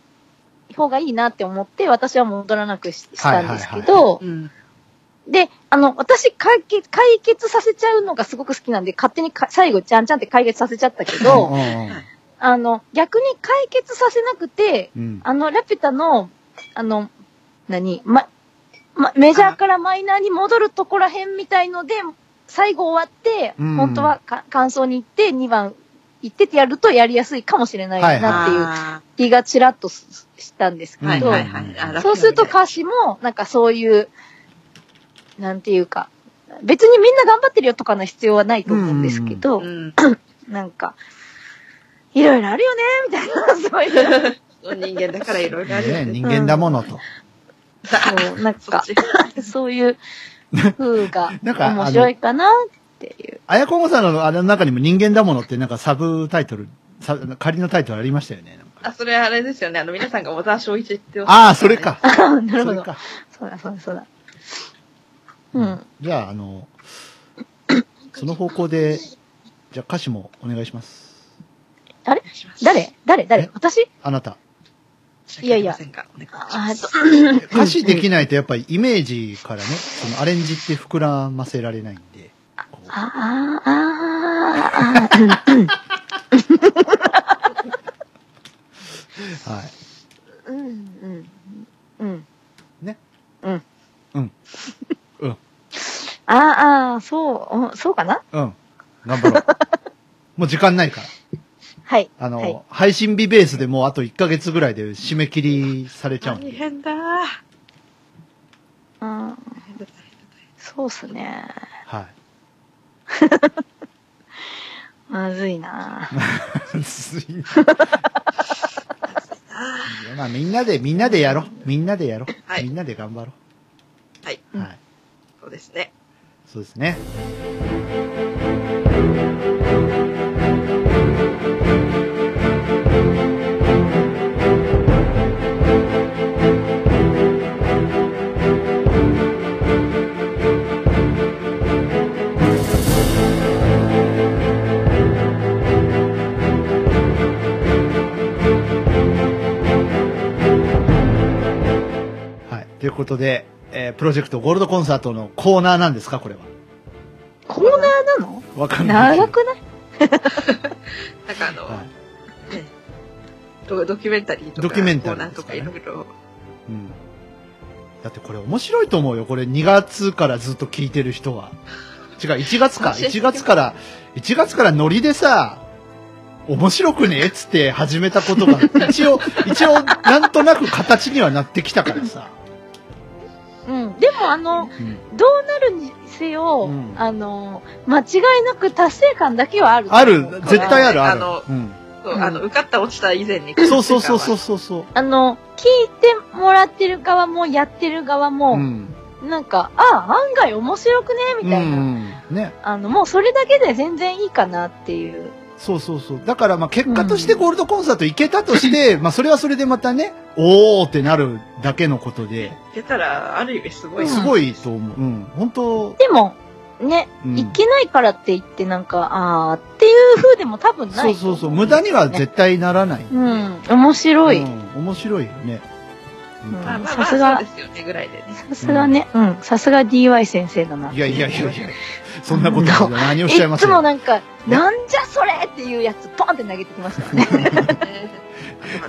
[SPEAKER 4] 方がいいなって思って、私は戻らなくししたんですけど、
[SPEAKER 1] は
[SPEAKER 3] うん。
[SPEAKER 4] で、あの、私解決、解決させちゃうのがすごく好きなんで、勝手にか最後、ちゃんちゃんって解決させちゃったけど、あの、逆に解決させなくて、
[SPEAKER 1] うん。うん。
[SPEAKER 4] あの、ラピュタの、あの、何、ま、ま、メジャーからマイナーに戻るとこら辺みたいので、最後終わって、
[SPEAKER 1] うん
[SPEAKER 4] 本当はか感想に行って、2番行ってってやるとやりやすいかもしれないなっていう
[SPEAKER 3] あ
[SPEAKER 4] 気がちらっとすしたんですけ
[SPEAKER 3] ー
[SPEAKER 4] ど、
[SPEAKER 3] はいはいはいあ。ラピュタみたい
[SPEAKER 4] そうすると歌詞も、なんかそういう、なんていうか、別にみんな頑張ってるよとかの必要はないと思うんですけど、
[SPEAKER 3] うん。
[SPEAKER 4] なんか、いろいろあるよね、みたいな、そういう、
[SPEAKER 3] 人間だからいろいろあるよ
[SPEAKER 1] ね
[SPEAKER 3] ね。
[SPEAKER 1] 人間だものと。
[SPEAKER 4] そうなん
[SPEAKER 3] そっ
[SPEAKER 4] か、
[SPEAKER 3] ち。
[SPEAKER 4] そういう風が
[SPEAKER 1] (laughs) なんかあの
[SPEAKER 4] 面白いかなっていう。
[SPEAKER 1] あやこもさんのあれの中にも人間だものってなんかサブタイトル、サ仮のタイトルありましたよね。なん
[SPEAKER 3] あ、
[SPEAKER 1] か
[SPEAKER 3] それあれですよね。あの、皆さんが小沢昭一っておっしゃ
[SPEAKER 1] ああ、それか。
[SPEAKER 4] なる
[SPEAKER 1] そ
[SPEAKER 4] ほ
[SPEAKER 1] れ
[SPEAKER 4] ど。
[SPEAKER 1] か。
[SPEAKER 4] そうだ、そうだ、そうだ。うん。
[SPEAKER 1] じゃあ、あの、その方向で、じゃあ歌詞もお願いします。
[SPEAKER 3] います。
[SPEAKER 4] 誰誰誰
[SPEAKER 1] え
[SPEAKER 4] 私
[SPEAKER 1] あなた。
[SPEAKER 4] いやいや
[SPEAKER 3] 申し訳ありませんがお願いし
[SPEAKER 4] あ
[SPEAKER 3] ます
[SPEAKER 4] ーと、
[SPEAKER 1] 歌詞できないとやっぱりイメージからね、そのアレンジって膨らませられないんで。こう
[SPEAKER 4] あーあー、あーあー、
[SPEAKER 1] はい。
[SPEAKER 4] うん、うん、うん、うん。
[SPEAKER 1] うん。
[SPEAKER 4] ああ、そう、うんそうかな
[SPEAKER 1] (laughs) うん。頑張ろう。もう時間ないから。
[SPEAKER 4] はい。
[SPEAKER 1] あの、
[SPEAKER 4] はい
[SPEAKER 1] 配信日ベースでもうあと1ヶ月ぐらいで締め切りされちゃうん
[SPEAKER 3] 大
[SPEAKER 1] で。
[SPEAKER 3] 変だ大
[SPEAKER 4] あー
[SPEAKER 3] 変だ大変だ
[SPEAKER 4] そうっすね。
[SPEAKER 1] は。
[SPEAKER 4] まずいな
[SPEAKER 1] (laughs)
[SPEAKER 4] い
[SPEAKER 1] すいい (laughs) やまあみんなで、みんなでやろう。みんなでやろう。
[SPEAKER 3] はい
[SPEAKER 1] みんなで頑張ろ
[SPEAKER 3] はい、
[SPEAKER 1] う。
[SPEAKER 4] うん
[SPEAKER 1] はい。
[SPEAKER 3] そうですね。
[SPEAKER 1] そうですね。はい。ということで、えープロジェクトゴールドコンサートのコーナーなんですかこれは。
[SPEAKER 4] コーナーなの
[SPEAKER 1] わかんない。
[SPEAKER 4] 長くない
[SPEAKER 3] なんかあの、
[SPEAKER 1] はい。
[SPEAKER 3] ドドキュメンタリーとか、
[SPEAKER 1] ドキュメンタリー
[SPEAKER 3] コーナーとかいろいろ。
[SPEAKER 1] うん。だってこれ面白いと思うよ。これ2月からずっと聞いてる人は。違う、1月か。
[SPEAKER 3] 楽しい
[SPEAKER 1] 1月から、1月からノリでさ、面白くねっつって始めたことが、一応、一応、なんとなく形にはなってきたからさ。
[SPEAKER 4] うん。でもあの、
[SPEAKER 1] うん。
[SPEAKER 4] どうなるにせよ、
[SPEAKER 1] うん
[SPEAKER 4] あの、間違いなく達成感だけはある。
[SPEAKER 1] ある、絶対ある、あ
[SPEAKER 3] あ
[SPEAKER 1] る
[SPEAKER 3] の。
[SPEAKER 1] うん。
[SPEAKER 3] そう
[SPEAKER 4] うん
[SPEAKER 3] あの、受かった落ちた以前に。
[SPEAKER 1] そうそうそうそうそうそう。
[SPEAKER 4] あの、聞いてもらってる側も、やってる側
[SPEAKER 1] う
[SPEAKER 4] も、
[SPEAKER 1] ん。
[SPEAKER 4] なんか、ああ、案外面白くね、みたいな。
[SPEAKER 1] うん、ね。
[SPEAKER 4] あの、もうそれだけで全然いいかなっていう。
[SPEAKER 1] そうそうそう。だからまあ結果としてゴールドコンサート行けたとして、まあそれはそれでまたね、おーってなるだけのことで、
[SPEAKER 3] 出たら、ある意味すごい。
[SPEAKER 1] すごいと思う。うん。本当、
[SPEAKER 4] でも、ね、
[SPEAKER 1] うん
[SPEAKER 4] いけないからって言って、なんか、ああ、っていう風でも多分な
[SPEAKER 1] そう
[SPEAKER 4] い。
[SPEAKER 1] そうそう。無駄には絶対ならない。
[SPEAKER 4] うん、面白い。
[SPEAKER 1] うん面白いよね。
[SPEAKER 4] ん
[SPEAKER 3] まあまあま
[SPEAKER 4] さ
[SPEAKER 3] あ、
[SPEAKER 4] すが
[SPEAKER 3] そうですよね、ぐらいでね。
[SPEAKER 4] さすがね、うん、さすが DY 先生だな。
[SPEAKER 1] いやいやいやいや、そんなこと
[SPEAKER 4] (laughs)
[SPEAKER 1] ないよ何をおっしゃいま
[SPEAKER 4] い
[SPEAKER 1] す
[SPEAKER 4] つもなんか、なんじゃそれっていうやつ、ポンって投げてきました
[SPEAKER 1] (laughs)
[SPEAKER 4] ね。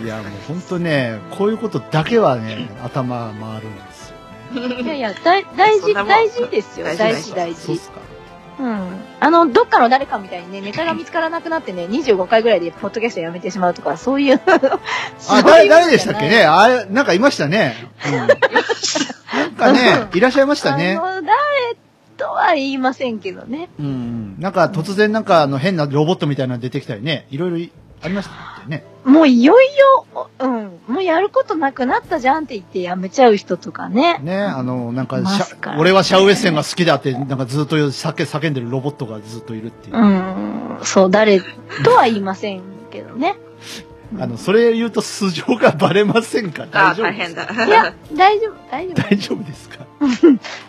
[SPEAKER 1] いやもう本当ね、こういうことだけはね、頭回るんですよ。
[SPEAKER 4] いやいや、大大
[SPEAKER 3] そ
[SPEAKER 4] 事、
[SPEAKER 3] んなもん
[SPEAKER 4] 大事ですよ。
[SPEAKER 3] 大事
[SPEAKER 4] 大事、
[SPEAKER 3] 大
[SPEAKER 4] 大
[SPEAKER 1] そうっ
[SPEAKER 4] 事。
[SPEAKER 1] すか。
[SPEAKER 4] うん。あの、どっかの誰かみたいにね、ネタが見つからなくなってね、25回ぐらいでポッドキャストやめてしまうとか、そういう。そ
[SPEAKER 1] あ、
[SPEAKER 4] うい
[SPEAKER 1] 誰、
[SPEAKER 4] うのじゃない
[SPEAKER 1] 誰でしたっけねあれ、なんかいましたね。
[SPEAKER 4] (laughs)
[SPEAKER 1] うん、なんかね、いらっしゃいましたね。
[SPEAKER 4] あの、誰とは言いませんけどね。
[SPEAKER 1] うんうん。なんか突然なんかあの変なロボットみたいなの出てきたりね、いろいろありましたよね。
[SPEAKER 4] もういよいよ、うん、もうやることなくなったじゃんって言ってやめちゃう人とかね。
[SPEAKER 1] ね、あの、なんか
[SPEAKER 4] いま
[SPEAKER 1] シ
[SPEAKER 4] すから
[SPEAKER 1] ャ、
[SPEAKER 4] ね
[SPEAKER 1] 俺はシャウエッセンが好きだって、なんかずっと叫叫んでるロボットがずっといるっていう。
[SPEAKER 4] うん、そう、誰とは言いませんけどね。うん
[SPEAKER 1] あの、それ言うと素性がバレませんか
[SPEAKER 3] あ
[SPEAKER 1] 大
[SPEAKER 3] あ、
[SPEAKER 1] 丈夫
[SPEAKER 3] 大
[SPEAKER 1] です
[SPEAKER 3] 変だ。
[SPEAKER 4] いや、大丈夫、大
[SPEAKER 1] (laughs)
[SPEAKER 4] 丈
[SPEAKER 1] 大丈夫ですか
[SPEAKER 4] 夫。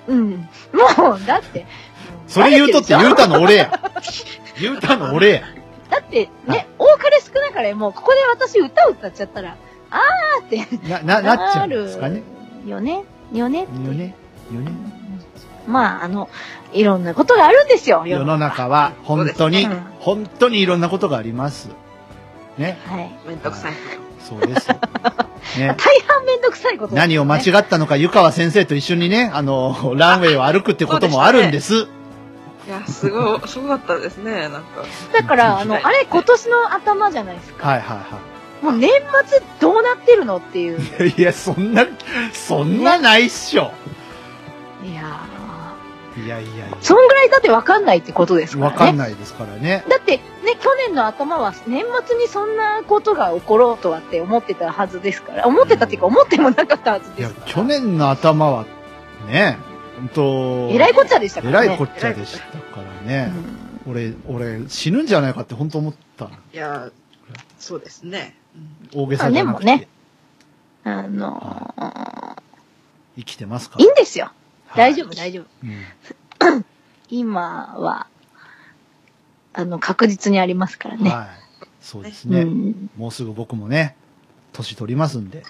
[SPEAKER 4] うん。もう、だって、
[SPEAKER 1] それ言うとって
[SPEAKER 4] バレ
[SPEAKER 1] 言うたの俺や。言うたの俺や。
[SPEAKER 4] だって
[SPEAKER 1] は
[SPEAKER 4] ね、多かれ少なかれ、もうここで私歌を歌っちゃったら、あーって
[SPEAKER 1] な、な、なっちゃうんですかね。
[SPEAKER 4] るよね。よね。
[SPEAKER 1] よね。よね。
[SPEAKER 4] まあ、あの、いろんなことがあるんですよ。
[SPEAKER 1] 世の中は本当に、
[SPEAKER 4] そうですね
[SPEAKER 1] 本当にいろんなことがあります。ね。
[SPEAKER 4] はい。
[SPEAKER 3] めんどくさい。
[SPEAKER 1] そう
[SPEAKER 4] (laughs)
[SPEAKER 1] です。ね。
[SPEAKER 4] 大半めんどくさいこと、
[SPEAKER 1] 何を間違
[SPEAKER 4] え
[SPEAKER 1] ったのか、湯川先生と一緒にね、あの、ランウェイを歩くってこともあるんです。
[SPEAKER 3] いや、すごい、すごかったですね、なんか。
[SPEAKER 4] だから、あ
[SPEAKER 1] (laughs)
[SPEAKER 4] の、あれ、今年の頭じゃないですか。
[SPEAKER 1] はいはい
[SPEAKER 4] もう年末どうなってるのっていう。
[SPEAKER 1] (laughs) はい。いや、そんな、そんなないっしょ。
[SPEAKER 4] いや
[SPEAKER 1] いやいやい
[SPEAKER 4] ー、そんぐらいだってわかんないってことです
[SPEAKER 1] や。
[SPEAKER 4] から
[SPEAKER 1] わか
[SPEAKER 4] ね。
[SPEAKER 1] んないですからね。
[SPEAKER 4] だってね、去年の頭は年末にそんなことが起ころうとはって思ってたはずですから、思ってたっていうか思ってもなかったはず
[SPEAKER 1] い
[SPEAKER 4] で
[SPEAKER 1] や
[SPEAKER 4] すか、ら。
[SPEAKER 1] 去年の頭は、ね、ほんと、
[SPEAKER 4] えらいこっちゃでした
[SPEAKER 1] え
[SPEAKER 4] からね。
[SPEAKER 1] らいこっちゃでしたからね。
[SPEAKER 4] うん
[SPEAKER 1] 俺、俺、死ぬんじゃないかって本当思った。
[SPEAKER 3] いや、そうですね。うん
[SPEAKER 1] 大げさじゃなくて。
[SPEAKER 4] あでもねあのー
[SPEAKER 1] 生きてますか
[SPEAKER 4] いいんですよ。大丈
[SPEAKER 1] 夫。
[SPEAKER 4] 夫、大丈夫。
[SPEAKER 1] うん
[SPEAKER 4] 今は、あの、確実にありますからね。
[SPEAKER 1] はい。そうですね。
[SPEAKER 4] うん、
[SPEAKER 1] もうすぐ僕もね、年取りますん
[SPEAKER 4] (laughs)
[SPEAKER 1] で。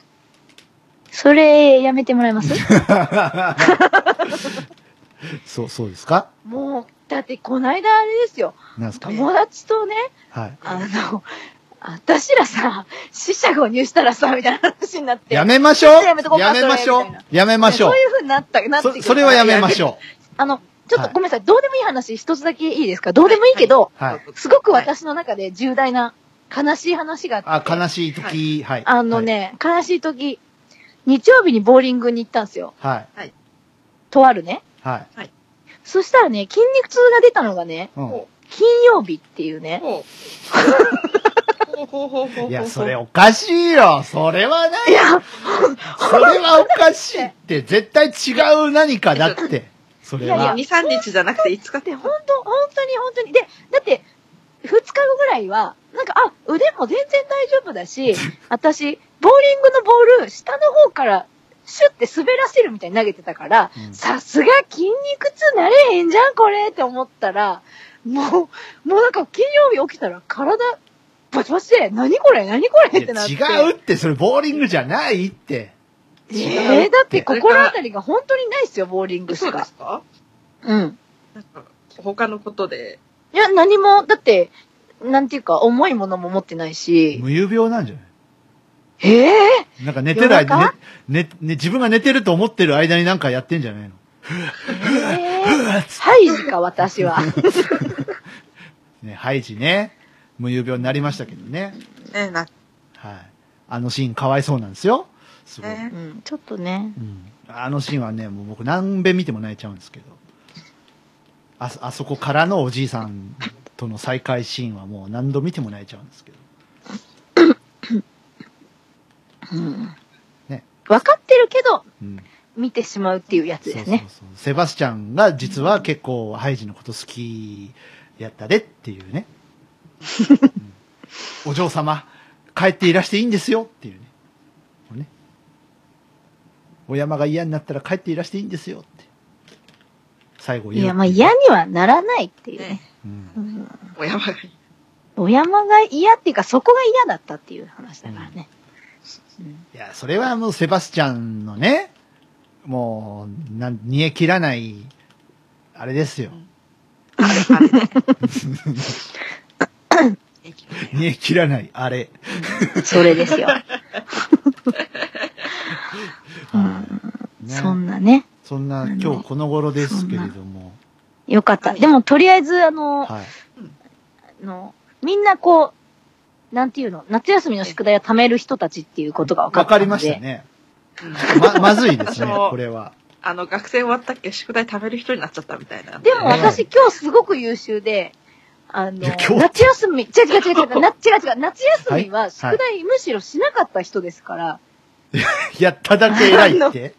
[SPEAKER 4] それ、やめてもらえます
[SPEAKER 1] (laughs) そう、そうですか
[SPEAKER 4] もう、だって、こないだあれですよ。
[SPEAKER 1] なんですか
[SPEAKER 4] 友達とね、
[SPEAKER 1] はい。
[SPEAKER 4] あの、私らさ、死者誤入したらさ、みたいな話になって。
[SPEAKER 1] やめましょ
[SPEAKER 4] ちょ
[SPEAKER 1] う
[SPEAKER 4] っとやめとこうか
[SPEAKER 1] やめましょう
[SPEAKER 4] それみたい
[SPEAKER 1] やめましょう
[SPEAKER 4] そういう風になった、なってく
[SPEAKER 1] そ
[SPEAKER 4] る
[SPEAKER 1] それはやめましょ
[SPEAKER 4] あの、ちょっ
[SPEAKER 1] は
[SPEAKER 4] と
[SPEAKER 1] い
[SPEAKER 4] ごめんなさい、どうでもいい話一つだけいいですかどうでもいいけど、
[SPEAKER 1] う。はい。
[SPEAKER 4] すごく私の中で重大な悲しい話があ
[SPEAKER 1] あ
[SPEAKER 4] って。
[SPEAKER 1] 悲しい時、はい。
[SPEAKER 4] あのね、悲しい時、日曜日にボーリングに行ったんですよ。
[SPEAKER 1] はい。
[SPEAKER 4] とあるね。
[SPEAKER 1] はい。はい。
[SPEAKER 4] そしたらね、筋肉痛が出たのがね、
[SPEAKER 1] う
[SPEAKER 4] 金曜日っていうね。
[SPEAKER 3] ほう。ほうほうほうほうほ
[SPEAKER 1] ん。
[SPEAKER 3] う。
[SPEAKER 1] いや、それおかしいよ。それはない
[SPEAKER 4] いや、
[SPEAKER 1] それはおかしいって、絶対違う何かだって。それ
[SPEAKER 4] いや
[SPEAKER 1] は。
[SPEAKER 3] 2、3日じゃなくて5日っ
[SPEAKER 4] で、
[SPEAKER 3] て。
[SPEAKER 4] 本当本当に本当に。で、だって、2日後ぐらいは、なんか、あ、腕も全然大丈夫だし、私、ボーリングのボール、下の方から、シュって滑らせるみたいに投げてたから、
[SPEAKER 1] うん
[SPEAKER 4] さすが筋肉痛なれへんじゃん、これって思ったら、もう、もうなんか金曜日起きたら体、バチバチで、何これ何これってなって。
[SPEAKER 1] いや違うって、それボーリングじゃないって。
[SPEAKER 4] ええだって心当たりが本当にないっすよ、ボーリングし
[SPEAKER 3] そうで
[SPEAKER 4] か
[SPEAKER 3] す。か
[SPEAKER 4] うん。
[SPEAKER 3] なんか、他のことで。
[SPEAKER 4] いや、何も、だって、なんていうか、重いものも持ってないし。
[SPEAKER 1] 無遊病なんじゃな
[SPEAKER 4] ええ
[SPEAKER 1] いなんか寝てない、
[SPEAKER 4] 夜
[SPEAKER 1] ね
[SPEAKER 4] 中、
[SPEAKER 1] ね、ね、自分が寝てると思ってる間になんかやってんじゃないの (laughs)
[SPEAKER 4] ええハイジか、私は。
[SPEAKER 1] ね、ハイジね。無遊病になりましたけどね。
[SPEAKER 3] ね、な、
[SPEAKER 1] はい。あのシーンかわいそうなんですよ。すごい。
[SPEAKER 3] ね
[SPEAKER 4] う。ん、ちょっとね。
[SPEAKER 1] うん。あのシーンはね、もう僕何遍見ても泣いちゃうんですけど。あそ、あそこからのおじいさんとの再会シーンはもう何度見ても泣いちゃうんですけど。
[SPEAKER 4] うん。
[SPEAKER 1] ね
[SPEAKER 4] 分かってるけど、
[SPEAKER 1] うん。
[SPEAKER 4] 見てしまうっていうやつで
[SPEAKER 1] そう
[SPEAKER 4] すね。
[SPEAKER 1] そうそう。セバスチャンが実は結構ハイジのこと好きやったでっていうね。うんお嬢様、帰っていらしていいんですよっていうね。こうねお山が嫌になったら帰っていらしていいんですよって。最後言う。
[SPEAKER 4] いや、まあ嫌にはならないっていうね
[SPEAKER 3] ね。
[SPEAKER 1] うん
[SPEAKER 4] うん
[SPEAKER 3] お山がいい。
[SPEAKER 4] お山が嫌っていうか、そこが嫌だったっていう話だからね。うん
[SPEAKER 1] いや、それはもうセバスチャンのね、もう、なん、煮え切らない、あれですよ。
[SPEAKER 3] あれね
[SPEAKER 1] 煮え切らない、あれ。
[SPEAKER 4] それで
[SPEAKER 1] (laughs)
[SPEAKER 4] すよ。う
[SPEAKER 1] は
[SPEAKER 4] ん
[SPEAKER 1] いね
[SPEAKER 4] そんなね。
[SPEAKER 1] そんな今日この頃ですけれども、
[SPEAKER 4] よかった。でも、とりあえず、あの、
[SPEAKER 1] はい。
[SPEAKER 4] あの、みんなこう、なんていうの、夏休みの宿題を貯める人たちっていうことが分か
[SPEAKER 1] わ
[SPEAKER 4] った
[SPEAKER 1] か
[SPEAKER 4] ので。
[SPEAKER 1] りましたね。ま、まずいですね、
[SPEAKER 3] 私も
[SPEAKER 1] これは。
[SPEAKER 3] あの、学生終わったっけ宿題食べる人になっちゃったみたいな。
[SPEAKER 4] でも
[SPEAKER 1] う
[SPEAKER 4] 私今日すごく優秀で、あの
[SPEAKER 1] いや、今日
[SPEAKER 4] 夏休み、違う違う違う違
[SPEAKER 1] (laughs)
[SPEAKER 4] う、な違う違う、夏休みは宿
[SPEAKER 1] は
[SPEAKER 4] 題むしろしなかった人ですから、
[SPEAKER 1] やっただけ偉いって。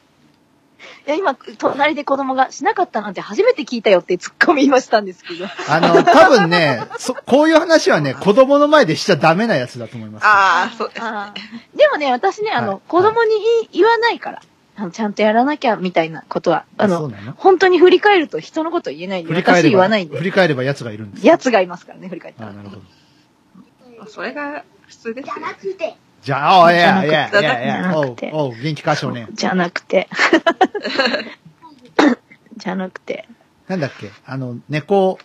[SPEAKER 4] いや、今、隣で子供がしなかったなんて初めて聞いたよって突っ込みましたんです
[SPEAKER 1] (laughs)
[SPEAKER 4] けど、
[SPEAKER 1] あの、多分ね、そ、こういう話はね、子供の前でしちゃダメなやつだと思います。
[SPEAKER 3] ああ、そうです。
[SPEAKER 4] あーでもね、私ね、あの、
[SPEAKER 1] はい
[SPEAKER 4] 子供に言い言わないからあの、ちゃんとやらなきゃみたいなことは、あ
[SPEAKER 1] そう
[SPEAKER 4] の、
[SPEAKER 1] なの
[SPEAKER 4] 本当に振り返ると人のこと言えないんで、
[SPEAKER 1] 振り返
[SPEAKER 4] 私
[SPEAKER 1] れ
[SPEAKER 4] 言わ
[SPEAKER 1] ば、
[SPEAKER 4] ないん
[SPEAKER 1] 振
[SPEAKER 4] で、
[SPEAKER 1] り返れば奴がいるんです。
[SPEAKER 4] 奴がいますからね、振り返った
[SPEAKER 1] あ
[SPEAKER 4] ら
[SPEAKER 1] あ、。なるほど。
[SPEAKER 3] それが普通ですよ。
[SPEAKER 1] じゃあ、おいやい
[SPEAKER 4] じゃ
[SPEAKER 1] や
[SPEAKER 4] なく
[SPEAKER 1] いやいや、
[SPEAKER 4] じゃ
[SPEAKER 1] お
[SPEAKER 4] な
[SPEAKER 1] う
[SPEAKER 4] くて、
[SPEAKER 1] おう、元気か少年。
[SPEAKER 4] じゃなく
[SPEAKER 1] (laughs)
[SPEAKER 4] て。じゃなくて。
[SPEAKER 1] なんだっけあの、猫、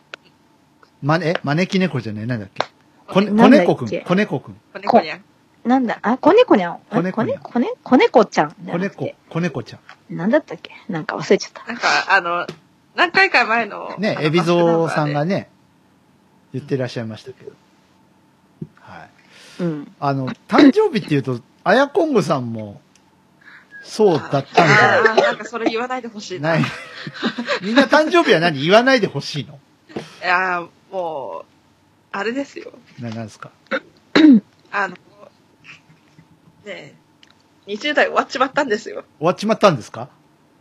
[SPEAKER 1] まね、え招き猫じゃない、なんだっけこね、
[SPEAKER 4] な
[SPEAKER 1] 子
[SPEAKER 4] んだっけ
[SPEAKER 1] 猫くん、子猫くん、
[SPEAKER 3] 子猫にゃん。
[SPEAKER 4] なんだ、あ、子猫にゃん。
[SPEAKER 1] 子
[SPEAKER 4] 子
[SPEAKER 1] 猫
[SPEAKER 4] 猫
[SPEAKER 1] にゃん
[SPEAKER 4] 子猫子猫ちゃん。
[SPEAKER 1] 子猫。、子猫ちゃん。
[SPEAKER 4] なんだったっけなんか忘れちゃった。
[SPEAKER 3] なんか、あの、何回か前の。
[SPEAKER 1] ね
[SPEAKER 3] あ、の
[SPEAKER 1] 海老蔵さんが
[SPEAKER 3] ね。
[SPEAKER 1] ね、言ってらっしゃいましたけど。はい。
[SPEAKER 4] うん。
[SPEAKER 1] あの、誕生日っていうと、あやこんぐさんも、そうだったんじ
[SPEAKER 3] あ
[SPEAKER 1] ゃ
[SPEAKER 3] あ、なんかそれ言わないでほしい
[SPEAKER 1] な
[SPEAKER 4] (laughs)
[SPEAKER 3] な。
[SPEAKER 1] い
[SPEAKER 3] い
[SPEAKER 1] みんな誕生日は何言わないでほしいの
[SPEAKER 3] や、もう、あれですよ。
[SPEAKER 1] な、なんですか
[SPEAKER 3] あの、ねえ、20代終わっちまったんですよ。
[SPEAKER 1] 終わっちまったんですか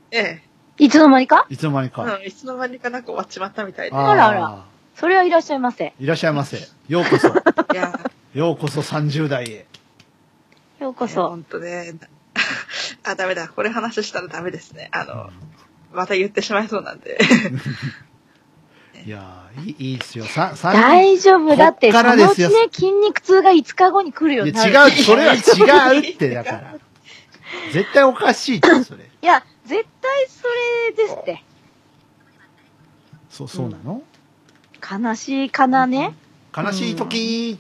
[SPEAKER 3] ええ。
[SPEAKER 4] いつの間にか
[SPEAKER 1] いつの間にか。
[SPEAKER 3] うん、いつの間にかなんか終わっちまったみたいで。
[SPEAKER 4] あらあら
[SPEAKER 1] ー。
[SPEAKER 4] それはいらっしゃいませ。
[SPEAKER 1] いらっしゃいませ。ようこそ。
[SPEAKER 3] いや、
[SPEAKER 1] ようこそ30代へ。
[SPEAKER 4] ようこ
[SPEAKER 3] ほ
[SPEAKER 4] そ。
[SPEAKER 3] んとね。 (laughs) あ、ダメだ。これ話したらダメですね。あの、また言ってしまいそうなんで。
[SPEAKER 1] いやーいい、いいですよ。さ、さ
[SPEAKER 4] 大丈夫だって、
[SPEAKER 1] こっ
[SPEAKER 4] そ
[SPEAKER 1] か
[SPEAKER 4] の
[SPEAKER 1] らです
[SPEAKER 4] うち
[SPEAKER 1] よ
[SPEAKER 4] ね、筋肉痛が5日後に来るように
[SPEAKER 1] い
[SPEAKER 4] なる。
[SPEAKER 1] や違う、それは違うって、だ
[SPEAKER 4] (laughs)
[SPEAKER 1] から。絶対おかしいって、それ。
[SPEAKER 4] いや、絶対それですって。
[SPEAKER 1] そう、そうなの、
[SPEAKER 4] 悲しいかなね。
[SPEAKER 1] 悲しい時、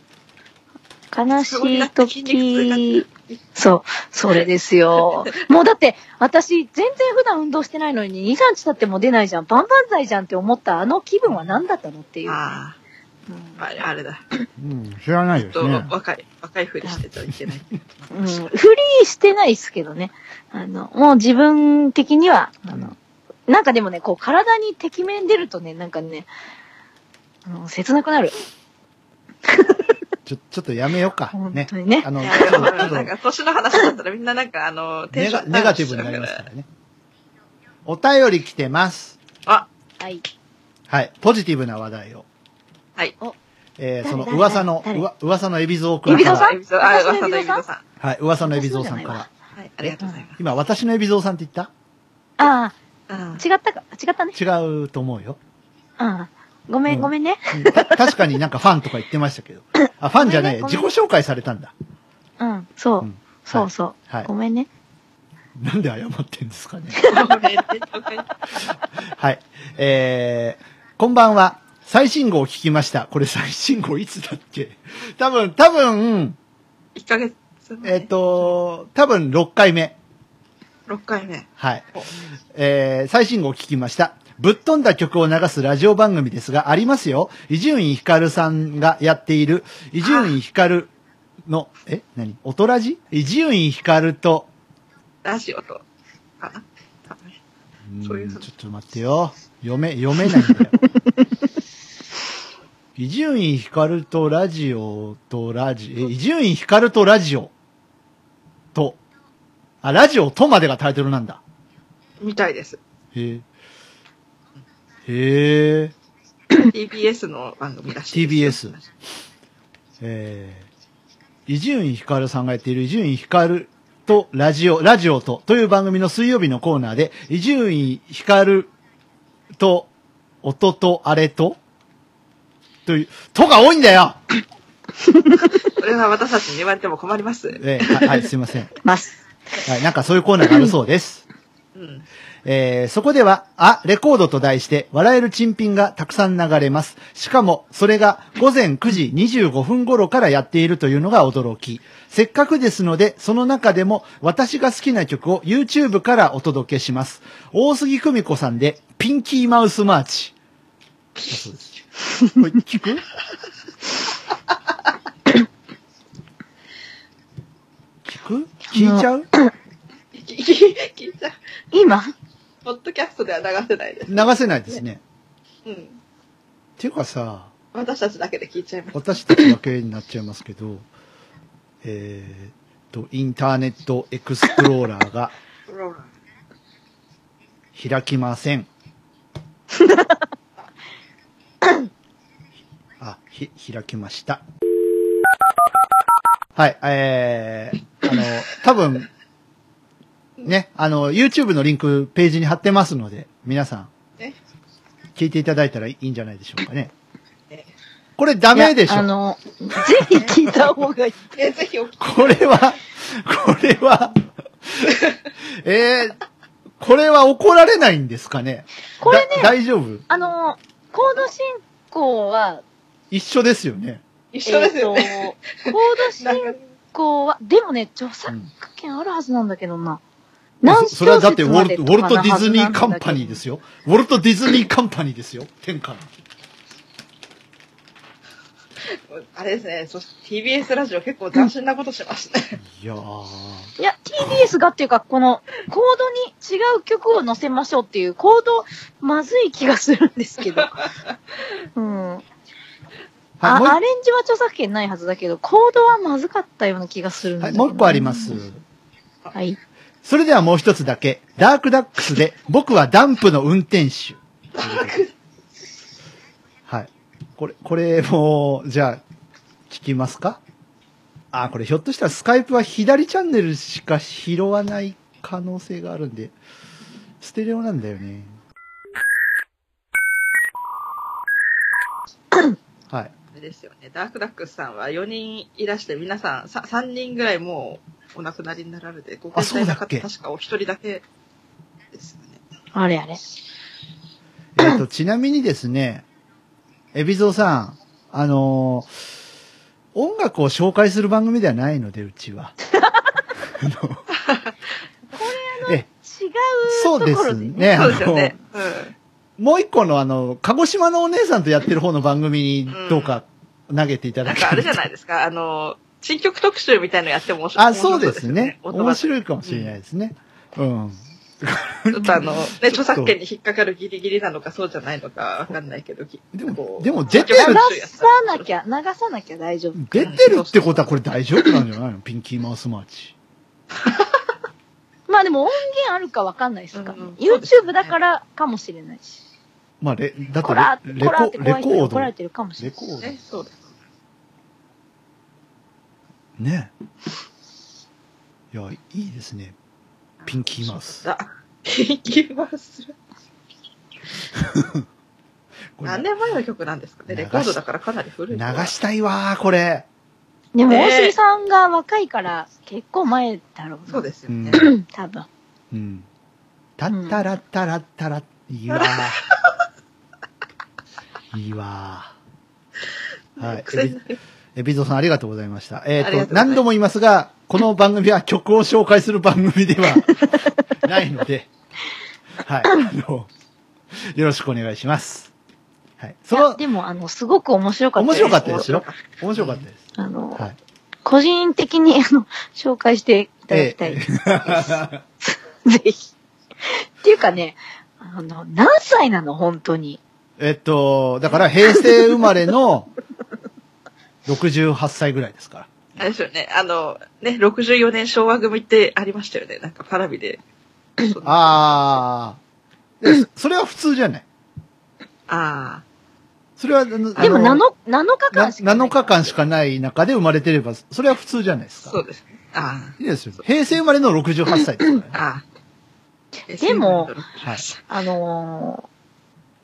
[SPEAKER 4] 悲しい
[SPEAKER 3] 筋肉痛が
[SPEAKER 4] 時。そう、それです (laughs) よ。もうだって、私、全然普段運動してないのに、2、3日経っても出ないじゃん。万々歳じゃんって思ったあの気分は何だったのっていう。
[SPEAKER 3] ああ。あれあれだ。
[SPEAKER 1] うん、知らないで
[SPEAKER 3] ち
[SPEAKER 1] す
[SPEAKER 3] ょっ
[SPEAKER 1] ね
[SPEAKER 3] と。若い、若いふりしてちゃいけない。
[SPEAKER 4] うん、フリーしてないですけどね。あの、もう自分的には、あの、なんかでもね、こう、体にてきめん出るとね、なんかね、あの、切なくなる。
[SPEAKER 1] ちょ、ちょっとやめようか。
[SPEAKER 4] 本
[SPEAKER 1] ね
[SPEAKER 4] 当。にね。
[SPEAKER 1] あの、
[SPEAKER 3] い
[SPEAKER 1] ち
[SPEAKER 3] やでも
[SPEAKER 1] ょっとちょっ
[SPEAKER 3] なん
[SPEAKER 1] と
[SPEAKER 3] か年の話だったらみんななんかあの、テン
[SPEAKER 1] ネ
[SPEAKER 3] ショ
[SPEAKER 1] ガ、
[SPEAKER 3] ン
[SPEAKER 1] ネガティブになりますからね。お便り来てます。
[SPEAKER 3] あ、
[SPEAKER 4] はい。
[SPEAKER 1] はい。ポジティブな話題を。
[SPEAKER 3] はい。
[SPEAKER 1] えー、
[SPEAKER 4] 誰
[SPEAKER 1] その
[SPEAKER 4] 誰
[SPEAKER 1] 噂の、
[SPEAKER 4] 誰
[SPEAKER 1] うわ噂の海老蔵くん
[SPEAKER 4] 海
[SPEAKER 1] か
[SPEAKER 4] 老蔵さ
[SPEAKER 1] ら。
[SPEAKER 4] ん
[SPEAKER 3] エビゾあ、噂のエビゾさん。
[SPEAKER 1] はい。噂の海老蔵さんから。
[SPEAKER 3] はい、ありがとうございます。
[SPEAKER 1] 今、私の海老蔵さんって言っ
[SPEAKER 4] あ
[SPEAKER 3] うん
[SPEAKER 4] あ、違ったか、違ったね。
[SPEAKER 1] た違うと思うよ。
[SPEAKER 4] ああ、ごめ
[SPEAKER 1] うん
[SPEAKER 4] ん、ごめんね。
[SPEAKER 1] うんた確かになんかファンとか言ってましたけど。あ、ファンじゃない。
[SPEAKER 4] ごめ
[SPEAKER 1] 自
[SPEAKER 4] ん
[SPEAKER 1] 己
[SPEAKER 4] ね
[SPEAKER 1] 紹介されたんだ。。
[SPEAKER 4] うん、そううんそうそう。
[SPEAKER 1] はい
[SPEAKER 4] ごめんね。
[SPEAKER 1] なんで謝ってんですかね。
[SPEAKER 3] ごめんね了解
[SPEAKER 1] はい。えー、こんばんは。最新号を聞きました。これ最新号いつだっけ多分、多分、
[SPEAKER 3] 一ヶ月前。
[SPEAKER 1] えっ、と、多分6回目。
[SPEAKER 3] 6回目。
[SPEAKER 1] はい。えー、最新号を聞きました。ぶっ飛んだ曲を流すラジオ番組ですが、ありますよ。伊集院光さんがやっている、伊集院光の、え何音ラジ伊集院光と、
[SPEAKER 3] ラジオと。かな多分
[SPEAKER 1] うん
[SPEAKER 3] そういう
[SPEAKER 1] ちょ
[SPEAKER 3] 話
[SPEAKER 1] っと待ってよ。読め、読めな
[SPEAKER 3] (laughs)
[SPEAKER 1] いんだよ。伊集院光とラジオとラジ、え、伊集院光とラジオと、あ、ラジオとまでがタイトルなんだ。
[SPEAKER 3] みたいです。
[SPEAKER 1] へえ。へえ。
[SPEAKER 3] TBS の番組らしいです。
[SPEAKER 1] TBS えー伊集院光さんがやっている伊集院光とラジオ、ラジオとという番組の水曜日のコーナーで、伊集院光と音とあれとという、とが多いんだよ
[SPEAKER 3] これは私たちに言われても困ります。
[SPEAKER 1] えーははい、すいません。
[SPEAKER 4] ます。
[SPEAKER 1] はい、なんかそういうコーナーがあるそうです。
[SPEAKER 3] うん。
[SPEAKER 1] えーそこでは、あ、レコードと題して、笑える珍品がたくさん流れます。しかも、それが午前9時25分頃からやっているというのが驚き。せっかくですので、その中でも私が好きな曲を YouTube からお届けします。大杉久美子さんで、ピンキーマウスマーチ。だそうです。これ聞く聞く聞いちゃう
[SPEAKER 3] 聞いた。
[SPEAKER 4] 今
[SPEAKER 3] ポッドキャストでは流せないです。
[SPEAKER 1] 流せないですね。
[SPEAKER 3] うん。
[SPEAKER 1] っていうかさ、
[SPEAKER 3] 私たちだけで聞いちゃいます。
[SPEAKER 1] 私たちだけになっちゃいますけど、えーっと、インターネットエクスプローラーが
[SPEAKER 3] ローラ
[SPEAKER 1] 開きま
[SPEAKER 4] (laughs)
[SPEAKER 1] せん。あ、ひ、開きました。はい、えー、あの、多分、ね、あの、YouTube のリンクページに貼ってますので、皆さん
[SPEAKER 3] ーね。
[SPEAKER 1] 聞いていただいたらいいんじゃないでしょうかね
[SPEAKER 3] え。
[SPEAKER 1] これダメでし
[SPEAKER 4] いやあ
[SPEAKER 1] ょ
[SPEAKER 4] の、ぜひ聞いた方がいい。
[SPEAKER 3] えぜひお聞き
[SPEAKER 1] これは、これは、えー、これは怒られないんですかね
[SPEAKER 4] これね
[SPEAKER 1] だ大丈夫
[SPEAKER 4] あの、コード進行は、
[SPEAKER 1] 一緒ですよね。
[SPEAKER 3] 一緒ですよね。
[SPEAKER 4] えーとコード
[SPEAKER 3] なん
[SPEAKER 4] 進
[SPEAKER 3] か
[SPEAKER 4] 行は、でもね、著作権あるはずなんだけどな。何
[SPEAKER 1] そそれはだってウォ
[SPEAKER 4] 小
[SPEAKER 1] ル
[SPEAKER 4] 節
[SPEAKER 1] ト、
[SPEAKER 4] ま
[SPEAKER 1] ウォ
[SPEAKER 4] でと
[SPEAKER 1] ル
[SPEAKER 4] か
[SPEAKER 1] ト
[SPEAKER 4] な
[SPEAKER 1] ディズニーカン
[SPEAKER 4] はず
[SPEAKER 1] パ
[SPEAKER 4] なんだけど
[SPEAKER 1] ニーですよ。ウォルトディズニーカンパニーですよ。天下の。
[SPEAKER 3] あれですね、そして TBS ラジオ結構斬新なことしますね。
[SPEAKER 1] いやー。
[SPEAKER 4] いや、TBS がっていうか、この、コードに違う曲を載せましょうっていう、コード、まずい気がするんで
[SPEAKER 1] (laughs)
[SPEAKER 4] すけど。うん。あ
[SPEAKER 1] はい、もう
[SPEAKER 4] アレンジは著作権ないはずだけど、コードはまずかったような気がするん
[SPEAKER 1] 一
[SPEAKER 4] だ
[SPEAKER 1] は
[SPEAKER 4] け
[SPEAKER 1] い、
[SPEAKER 4] ど
[SPEAKER 1] もう一個ありま。す。
[SPEAKER 4] はい。
[SPEAKER 1] それではもう一つだけ。ダークダックスで、僕はダンプの運転手。はい。これ、これも、じゃあ、聞きますかあ、これひょっとしたらスカイプは左チャンネルしか拾わない可能性があるんで、ステレオなんだよね。はい。
[SPEAKER 3] あれですよね。ダークダックスさんは4人いらして、皆さん 3, 3人ぐらいもうお亡くなりになられて、ご
[SPEAKER 1] あ
[SPEAKER 3] 高
[SPEAKER 1] そう
[SPEAKER 3] 齢
[SPEAKER 1] だ
[SPEAKER 3] な
[SPEAKER 1] っ
[SPEAKER 3] 方、
[SPEAKER 1] け
[SPEAKER 3] 確かお一人だけですよね。
[SPEAKER 4] あれあれ。
[SPEAKER 1] えっ、と、ちなみにですね、エビゾーさん、あのー音楽を紹介する番組ではないので、うちは。あのえ、
[SPEAKER 4] 違う
[SPEAKER 1] そう
[SPEAKER 4] と
[SPEAKER 1] で
[SPEAKER 4] ころ
[SPEAKER 1] す
[SPEAKER 4] で。
[SPEAKER 1] ね。あ
[SPEAKER 3] そう
[SPEAKER 1] の
[SPEAKER 3] ですよね。
[SPEAKER 1] もう一個のあの、鹿児島のお姉さんとやってる方の番組にどうか投げていただ
[SPEAKER 3] なん
[SPEAKER 1] け
[SPEAKER 3] かあ
[SPEAKER 1] る
[SPEAKER 3] れじゃないですか、あの、新曲特集みたいのやっても面白い。
[SPEAKER 1] (laughs) あ、そうですね。
[SPEAKER 3] 面
[SPEAKER 1] 面
[SPEAKER 3] 白い
[SPEAKER 1] 白いかもしれないですね。うん。
[SPEAKER 3] ですね。ちょっとあの、ね、
[SPEAKER 1] と
[SPEAKER 3] 著作権に引っかかるギリギリなのかそうじゃないのかわかんないけど、き
[SPEAKER 1] でも
[SPEAKER 3] こう
[SPEAKER 1] でも出て
[SPEAKER 4] 流
[SPEAKER 1] る
[SPEAKER 3] 新曲特集やっ
[SPEAKER 4] さ
[SPEAKER 3] たら
[SPEAKER 4] なきゃ、流さなきゃ大丈夫。
[SPEAKER 1] 出てるってことはこれ大丈夫なんじゃないのピンキーマウスマーチ。
[SPEAKER 4] まあでも音源あるかわかんないですから、
[SPEAKER 3] うんうん
[SPEAKER 4] YouTube だからかもしれないし。
[SPEAKER 1] まあ、レ、だ
[SPEAKER 4] こら
[SPEAKER 1] っ、てレレ
[SPEAKER 4] こらって
[SPEAKER 1] コ、レ
[SPEAKER 4] 怖い人に
[SPEAKER 1] コー
[SPEAKER 4] 怒
[SPEAKER 1] ド
[SPEAKER 4] ら。れてるかもしれ
[SPEAKER 1] レ
[SPEAKER 4] ない
[SPEAKER 1] コ。ー
[SPEAKER 3] ね、そうです。
[SPEAKER 1] ド。ね。いや、いいですね。ピンキーマウス。
[SPEAKER 3] あ、いきます。
[SPEAKER 1] これ
[SPEAKER 3] 何年前の曲なんですかね
[SPEAKER 1] 流し
[SPEAKER 3] レコードだからかなり古
[SPEAKER 1] 流
[SPEAKER 3] い。
[SPEAKER 1] したいわー、これ。
[SPEAKER 4] でも
[SPEAKER 3] ね
[SPEAKER 4] 大杉さんが若いから結構前だろうな。
[SPEAKER 3] そうですよ
[SPEAKER 1] う
[SPEAKER 3] ね
[SPEAKER 1] ん。。
[SPEAKER 4] 多分。
[SPEAKER 1] うん。たったらったらったら、いいわ
[SPEAKER 3] (laughs)
[SPEAKER 1] ー。いいわー。はい。
[SPEAKER 3] 癖になる
[SPEAKER 1] エビゾさんありがとうございました。えっ、
[SPEAKER 3] ありが
[SPEAKER 1] と、
[SPEAKER 3] とうございます
[SPEAKER 1] 何度も言いますが、この番組は曲を紹介する番組で
[SPEAKER 3] (laughs)
[SPEAKER 1] はないので、はい。あの、よろしくお願いします。はい。そ
[SPEAKER 4] いや
[SPEAKER 1] の、
[SPEAKER 4] でもあの、すごく面白かった
[SPEAKER 1] 面白かった
[SPEAKER 4] で
[SPEAKER 1] ですよ。面白かったです。
[SPEAKER 4] す。あの、
[SPEAKER 1] はい。
[SPEAKER 4] 個人的にあの、紹介していただきたい。
[SPEAKER 1] ええ
[SPEAKER 4] (laughs) ぜひ。っていうかね、あの、何歳なの本当に。
[SPEAKER 1] えっと、だから平成生まれの68歳ぐらいですから。
[SPEAKER 3] あれですよね、あの、ね、64年昭和組ってありましたよね。なんかパラビで。あ
[SPEAKER 1] あー。でそれは普通じゃない。
[SPEAKER 3] あ
[SPEAKER 1] それは、あの
[SPEAKER 4] でも
[SPEAKER 1] あの
[SPEAKER 4] 7、7日
[SPEAKER 1] な
[SPEAKER 4] 間しかない。
[SPEAKER 1] 7日間しかない中で生まれてれば、それは普通じゃないですか。
[SPEAKER 3] ー、そうですね。あ
[SPEAKER 1] いいですよ。平成生まれの68歳ですか
[SPEAKER 3] あ、
[SPEAKER 1] らね。
[SPEAKER 3] ああ。
[SPEAKER 4] でも
[SPEAKER 1] はい
[SPEAKER 4] あのー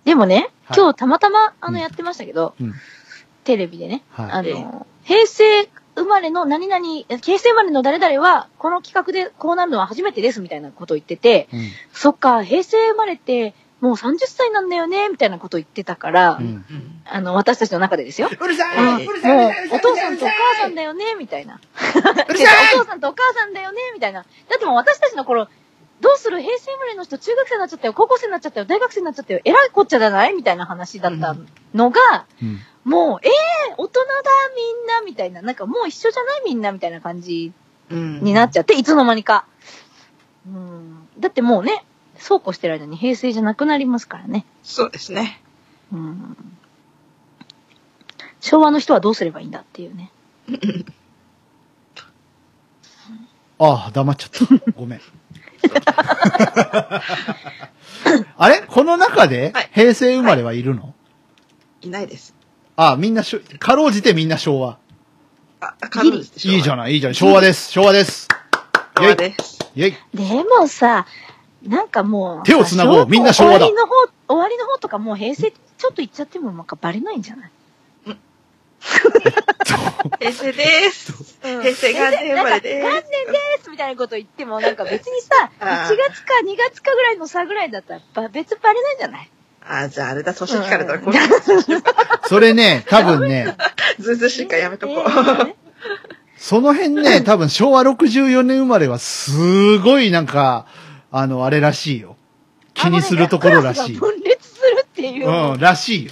[SPEAKER 4] でもね、
[SPEAKER 1] はい
[SPEAKER 4] 今日たまたま、あ
[SPEAKER 1] う
[SPEAKER 4] の、
[SPEAKER 1] ん
[SPEAKER 4] やってましたけど、
[SPEAKER 1] うん
[SPEAKER 4] テレビでね、
[SPEAKER 1] はい
[SPEAKER 4] あのー平成生まれの何々、え平成生まれの誰々は、この企画でこうなるのは初めてですみたいなことを言ってて、
[SPEAKER 1] うん
[SPEAKER 4] そっか、平成生まれって、もう30歳なんだよね、みたいなことを言ってたから、
[SPEAKER 1] うん
[SPEAKER 3] うん
[SPEAKER 4] あの、私たちの中でですよ。
[SPEAKER 1] うるさ
[SPEAKER 3] はい
[SPEAKER 1] いうるさいう
[SPEAKER 4] も
[SPEAKER 1] るさい、
[SPEAKER 4] うお父さんとお母さん
[SPEAKER 1] で。
[SPEAKER 4] だよね、みたいな。
[SPEAKER 1] うるさ
[SPEAKER 4] お
[SPEAKER 1] い
[SPEAKER 4] 父さんとお母さんだよね、みたいな。だってもう私たちの頃、どうする平成生まれの人中学生になっちゃったよ、高校生になっちゃったよ、大学生になっちゃったよ、偉いこっちゃじゃないみたいな話だったのが、
[SPEAKER 1] うん
[SPEAKER 4] もう、ええー、大人だ、みんな、みたいな。なんかもう一緒じゃないみんな、みたいな感じ
[SPEAKER 3] うん
[SPEAKER 4] になっちゃって、いつの間にか。うん。だってもうね、そうこうしてる間に平成じゃなくなりますからね。
[SPEAKER 3] そうですね。
[SPEAKER 4] うん。昭和の人はどうすればいいんだっていうね。
[SPEAKER 1] ああ、黙っちゃった。ごめん。 (laughs) あれこの中で
[SPEAKER 3] はい
[SPEAKER 1] 平成生まれはいるの
[SPEAKER 3] いないです。
[SPEAKER 1] ああ、みんなしょ、かろうじてみんな昭和。
[SPEAKER 3] あ、彼女でしょ
[SPEAKER 1] いいじゃない、いいじゃない。昭和です、昭和です。
[SPEAKER 3] 昭和です。
[SPEAKER 1] イェイ。
[SPEAKER 4] でもさ、なんかもう、
[SPEAKER 1] 手を繋ごう
[SPEAKER 4] 昭和
[SPEAKER 1] みんな昭和だ
[SPEAKER 4] 終わりの方、終わりの方とかもう平成、ちょっと行っちゃってもなんかバレないんじゃない
[SPEAKER 3] 平成です。平成元年生まれです
[SPEAKER 4] なんか元年ですみたいなこと言っても、なんか別にさ、
[SPEAKER 3] あ
[SPEAKER 4] 1月か2月かぐらいの差ぐらいだったら、ば別にバレないんじゃない
[SPEAKER 3] ああ、じゃああれだ、年聞かれたら、
[SPEAKER 4] うん
[SPEAKER 3] これ、
[SPEAKER 1] それね、多分ね、
[SPEAKER 3] ずうずうしいからやめとこう。
[SPEAKER 4] ね
[SPEAKER 1] その辺ね、多分昭和64年生まれはすごいなんか、あの、あれらしいよ。 (laughs) 気にするところらしい
[SPEAKER 4] あ。のねクラスが分裂するっていう、
[SPEAKER 1] うん、らしいよ。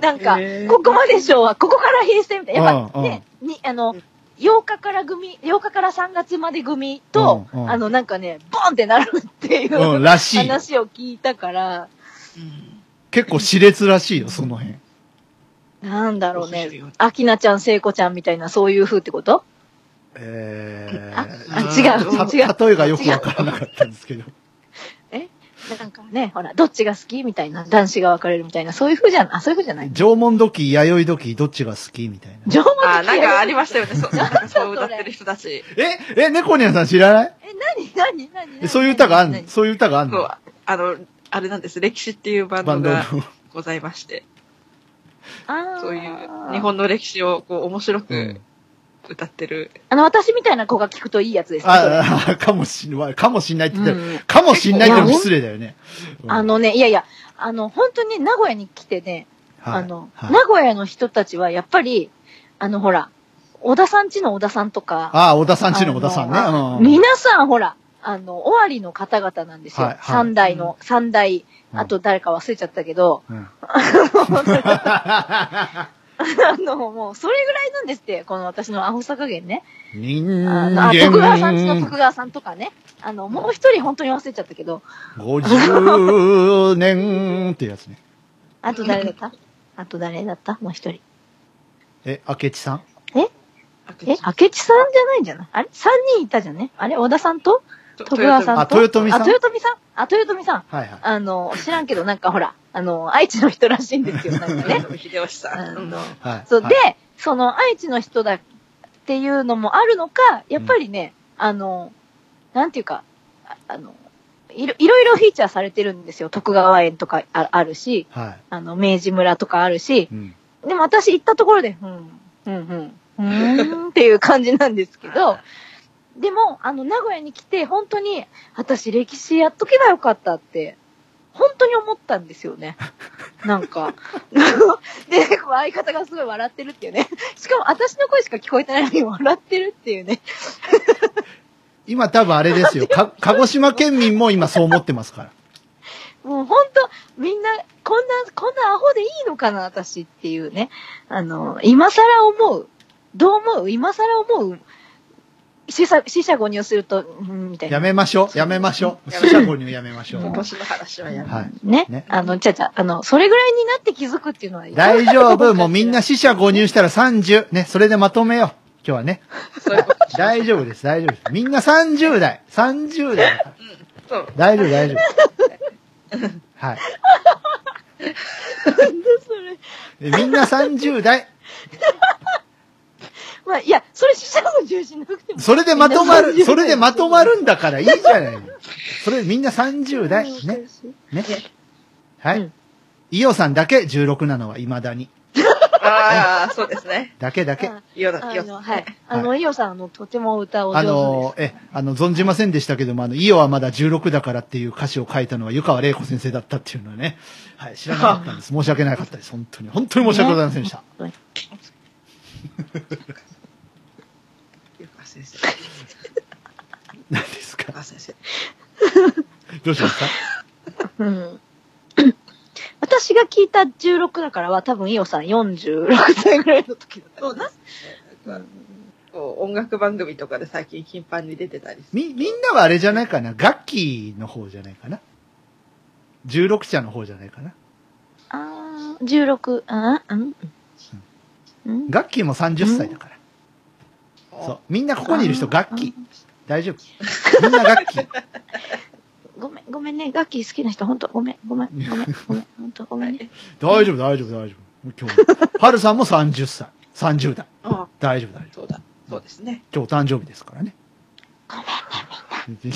[SPEAKER 4] なんか
[SPEAKER 3] へー、
[SPEAKER 4] ここまで昭和、ここから平成みたいな。やっ
[SPEAKER 1] う
[SPEAKER 4] ぱ
[SPEAKER 1] ん
[SPEAKER 4] ね、に、あの、8日から組、8日から3月まで組と、
[SPEAKER 1] うんうん
[SPEAKER 4] あの、なんかね、ボンってなるっていう。
[SPEAKER 1] うん、らしいよ。
[SPEAKER 4] 話を聞いたから、
[SPEAKER 3] うん
[SPEAKER 1] 結構熾烈らしいよ、その辺。
[SPEAKER 4] なんだろう
[SPEAKER 3] 面白い
[SPEAKER 4] ね
[SPEAKER 3] よ。
[SPEAKER 4] アキナちゃん、聖子ちゃんみたいな、そういう風ってこと
[SPEAKER 1] え
[SPEAKER 4] あ
[SPEAKER 1] ー、
[SPEAKER 4] あ、違う、
[SPEAKER 3] うん
[SPEAKER 4] 違う。
[SPEAKER 1] た例えがよくわからなかったんですけど。
[SPEAKER 4] なんかね、ほら、どっちが好きみたいな、男子が別れるみたいな、そういう風じゃん、あ、そういう風じゃない。
[SPEAKER 1] 縄文時、弥生時、どっちが好きみたいな。
[SPEAKER 4] 縄文
[SPEAKER 3] ああ、
[SPEAKER 4] 的
[SPEAKER 3] なんかあり
[SPEAKER 4] ま
[SPEAKER 3] ましたよね。そう、なんかそう歌ってる人たち。
[SPEAKER 1] え、え、猫ニャンさん知らない
[SPEAKER 4] え、なになになに
[SPEAKER 1] えそういう歌があんの
[SPEAKER 4] 何
[SPEAKER 1] そういう歌があん
[SPEAKER 3] そう
[SPEAKER 1] の、
[SPEAKER 3] あの、あれなんです。歴史っていうバン
[SPEAKER 1] バ
[SPEAKER 3] ド
[SPEAKER 1] ンドの
[SPEAKER 3] が。ございまして、
[SPEAKER 4] あー
[SPEAKER 3] そういう日本の歴史をこう面白
[SPEAKER 1] うん
[SPEAKER 3] く歌ってる。
[SPEAKER 4] あの、私みたいな子が聞くといいやつですね。それ
[SPEAKER 1] (laughs) ああ、かもしんない、かもしんないって言って
[SPEAKER 4] うん
[SPEAKER 1] る。かもしんないってのも失礼だよね。うん
[SPEAKER 4] あ、のね、いやいや、あの、本当に名古屋に来てね、
[SPEAKER 1] はい
[SPEAKER 4] あの、
[SPEAKER 1] はい
[SPEAKER 4] 名古屋の人たちはやっぱり、あの、ほら、小田さんちの小田さんとか、
[SPEAKER 1] ああ、小田さんちの小田さんね。
[SPEAKER 4] あ
[SPEAKER 1] うん
[SPEAKER 4] 皆さんほら、あの、尾張の方々なんですよ。
[SPEAKER 1] はいはい
[SPEAKER 4] 三代の、三代、あと誰か忘れちゃったけど、 (laughs)
[SPEAKER 1] うん。
[SPEAKER 4] あの、もう、それぐらいなんですって、この私のアホさ加減ね。
[SPEAKER 1] 人
[SPEAKER 4] あ
[SPEAKER 1] 間
[SPEAKER 4] の、あ徳川さんちの徳川さんとかね。あの、もう一人本当に忘れちゃったけど、
[SPEAKER 1] 50年ってやつね。
[SPEAKER 4] あと誰だったあと誰だったもう一人。
[SPEAKER 1] え、明智さん
[SPEAKER 4] え、明智さんじゃないんじゃないあれ三人いたじゃんね。あれ小田さんと徳川さん
[SPEAKER 1] あ、
[SPEAKER 4] と
[SPEAKER 1] 豊臣
[SPEAKER 4] あ、
[SPEAKER 1] さん
[SPEAKER 4] 豊臣さんあ、豊臣さん。
[SPEAKER 1] はいはい。
[SPEAKER 4] あの、知らんけど、なんかほら、あの、愛知の人らしいんですよ、
[SPEAKER 3] (laughs)
[SPEAKER 4] なんかね。
[SPEAKER 3] 秀吉さん。
[SPEAKER 4] あ
[SPEAKER 3] うん
[SPEAKER 4] の
[SPEAKER 1] はい。
[SPEAKER 4] そう、
[SPEAKER 1] はい
[SPEAKER 4] で、、その愛知の人だっていうのもあるのか、やっぱりね、あの、なんていうか、ああの、いろいろいろフィーチャーされてるんですよ。徳川園とかああるし、
[SPEAKER 1] は
[SPEAKER 4] あの、明治村とかあるし
[SPEAKER 1] い。、うん。
[SPEAKER 4] でも私行ったところで、うん、うん、うん、うーんっていう感じなんですけど、でも、あの、名古屋に来て、本当に、私歴史やっとけばよかったって、本当に思ったんですよ (laughs) ね。なんか。 (laughs) で、こう相方がすごい笑ってるっていうね。しかも私の声しか聞こえてないのに笑ってるっていうね。
[SPEAKER 1] 今多分あれですよ。か、鹿児島県民も今そう思ってますから。
[SPEAKER 4] もう本当みんな、こんな、こんなアホでいいのかな、私っていうね。あの、今更思う。どう思う今更思う死者、死者誤入すると、うんみたいな。
[SPEAKER 1] やめましょう。やめましょう。
[SPEAKER 3] や
[SPEAKER 1] 死
[SPEAKER 3] め
[SPEAKER 1] 者購入やめましょう。
[SPEAKER 3] 昔の話はやめ。
[SPEAKER 1] はい。
[SPEAKER 4] ね。
[SPEAKER 1] ね
[SPEAKER 4] あの、ちゃちゃ、あの、それぐらいになって気づくっていうのは
[SPEAKER 1] 大丈夫。もうみんな死者購入したら30。ね、それでまとめよう。今日はね。
[SPEAKER 3] そういうこと。
[SPEAKER 1] 大丈夫です。大丈夫です。みんな30代。30代だから。
[SPEAKER 3] そう。
[SPEAKER 1] 大丈夫、大丈夫。はい。
[SPEAKER 4] なんだ (laughs) それ。
[SPEAKER 1] えみんな30代。
[SPEAKER 4] まあ、いや、それ死者誤入しなくても。
[SPEAKER 1] それでまとま
[SPEAKER 4] みんな
[SPEAKER 1] る、
[SPEAKER 4] 30
[SPEAKER 1] それでまとまるんだからいいじゃないの。それみんな30代。ね。ね。は
[SPEAKER 4] う
[SPEAKER 1] い
[SPEAKER 4] ん。
[SPEAKER 1] イオさんだけ16なのは未だに。
[SPEAKER 3] ああ、そうですね。
[SPEAKER 1] だけだけ。
[SPEAKER 4] あ
[SPEAKER 3] いや
[SPEAKER 4] あ
[SPEAKER 3] だ、いや
[SPEAKER 4] の、はい。あの、
[SPEAKER 1] は
[SPEAKER 4] イオさん、あの、とてもお歌を上
[SPEAKER 1] あ
[SPEAKER 4] 手で
[SPEAKER 1] の、え、あの、存じませんでしたけども、あの、イオはまだ16だからっていう歌詞を書いたのは湯川玲子先生だったっていうのはね、はい、知らなかったん (laughs) です。申し訳なかったです。本当に。本当に申し訳ございませんでした。
[SPEAKER 3] ゆうか先生。
[SPEAKER 1] 何です
[SPEAKER 3] ゆう
[SPEAKER 1] か
[SPEAKER 3] か先生。
[SPEAKER 1] (laughs) どうしました
[SPEAKER 4] す。うん。 (coughs) 私が聞いた16だからは、多分イオさん46歳ぐらいの時だった。
[SPEAKER 3] そうですね。なんかこう音楽番組とかで最近頻繁に出てたりする。
[SPEAKER 1] み、みんなはあれじゃないかな。楽器の方じゃないかな。16社の方じゃないかな。
[SPEAKER 4] あー、16、あーうん。うん。
[SPEAKER 1] 楽器も30歳だから。そう。みんなここにいる人、楽器。大丈夫。みんな楽 (laughs) 器。
[SPEAKER 4] ごめん、ごめんね。ガッキー好きな人、ほんと、ごめん、ごめん、ごめん、ごめん、ほんと、ごめんね。
[SPEAKER 1] 大丈夫、大丈夫、大丈夫。もう今日。春さんも30歳。30代。
[SPEAKER 3] ああ、
[SPEAKER 1] 大丈夫、大丈夫。
[SPEAKER 3] そうだ。そうですね。
[SPEAKER 1] 今日お誕生日ですからね。
[SPEAKER 4] ごめんね、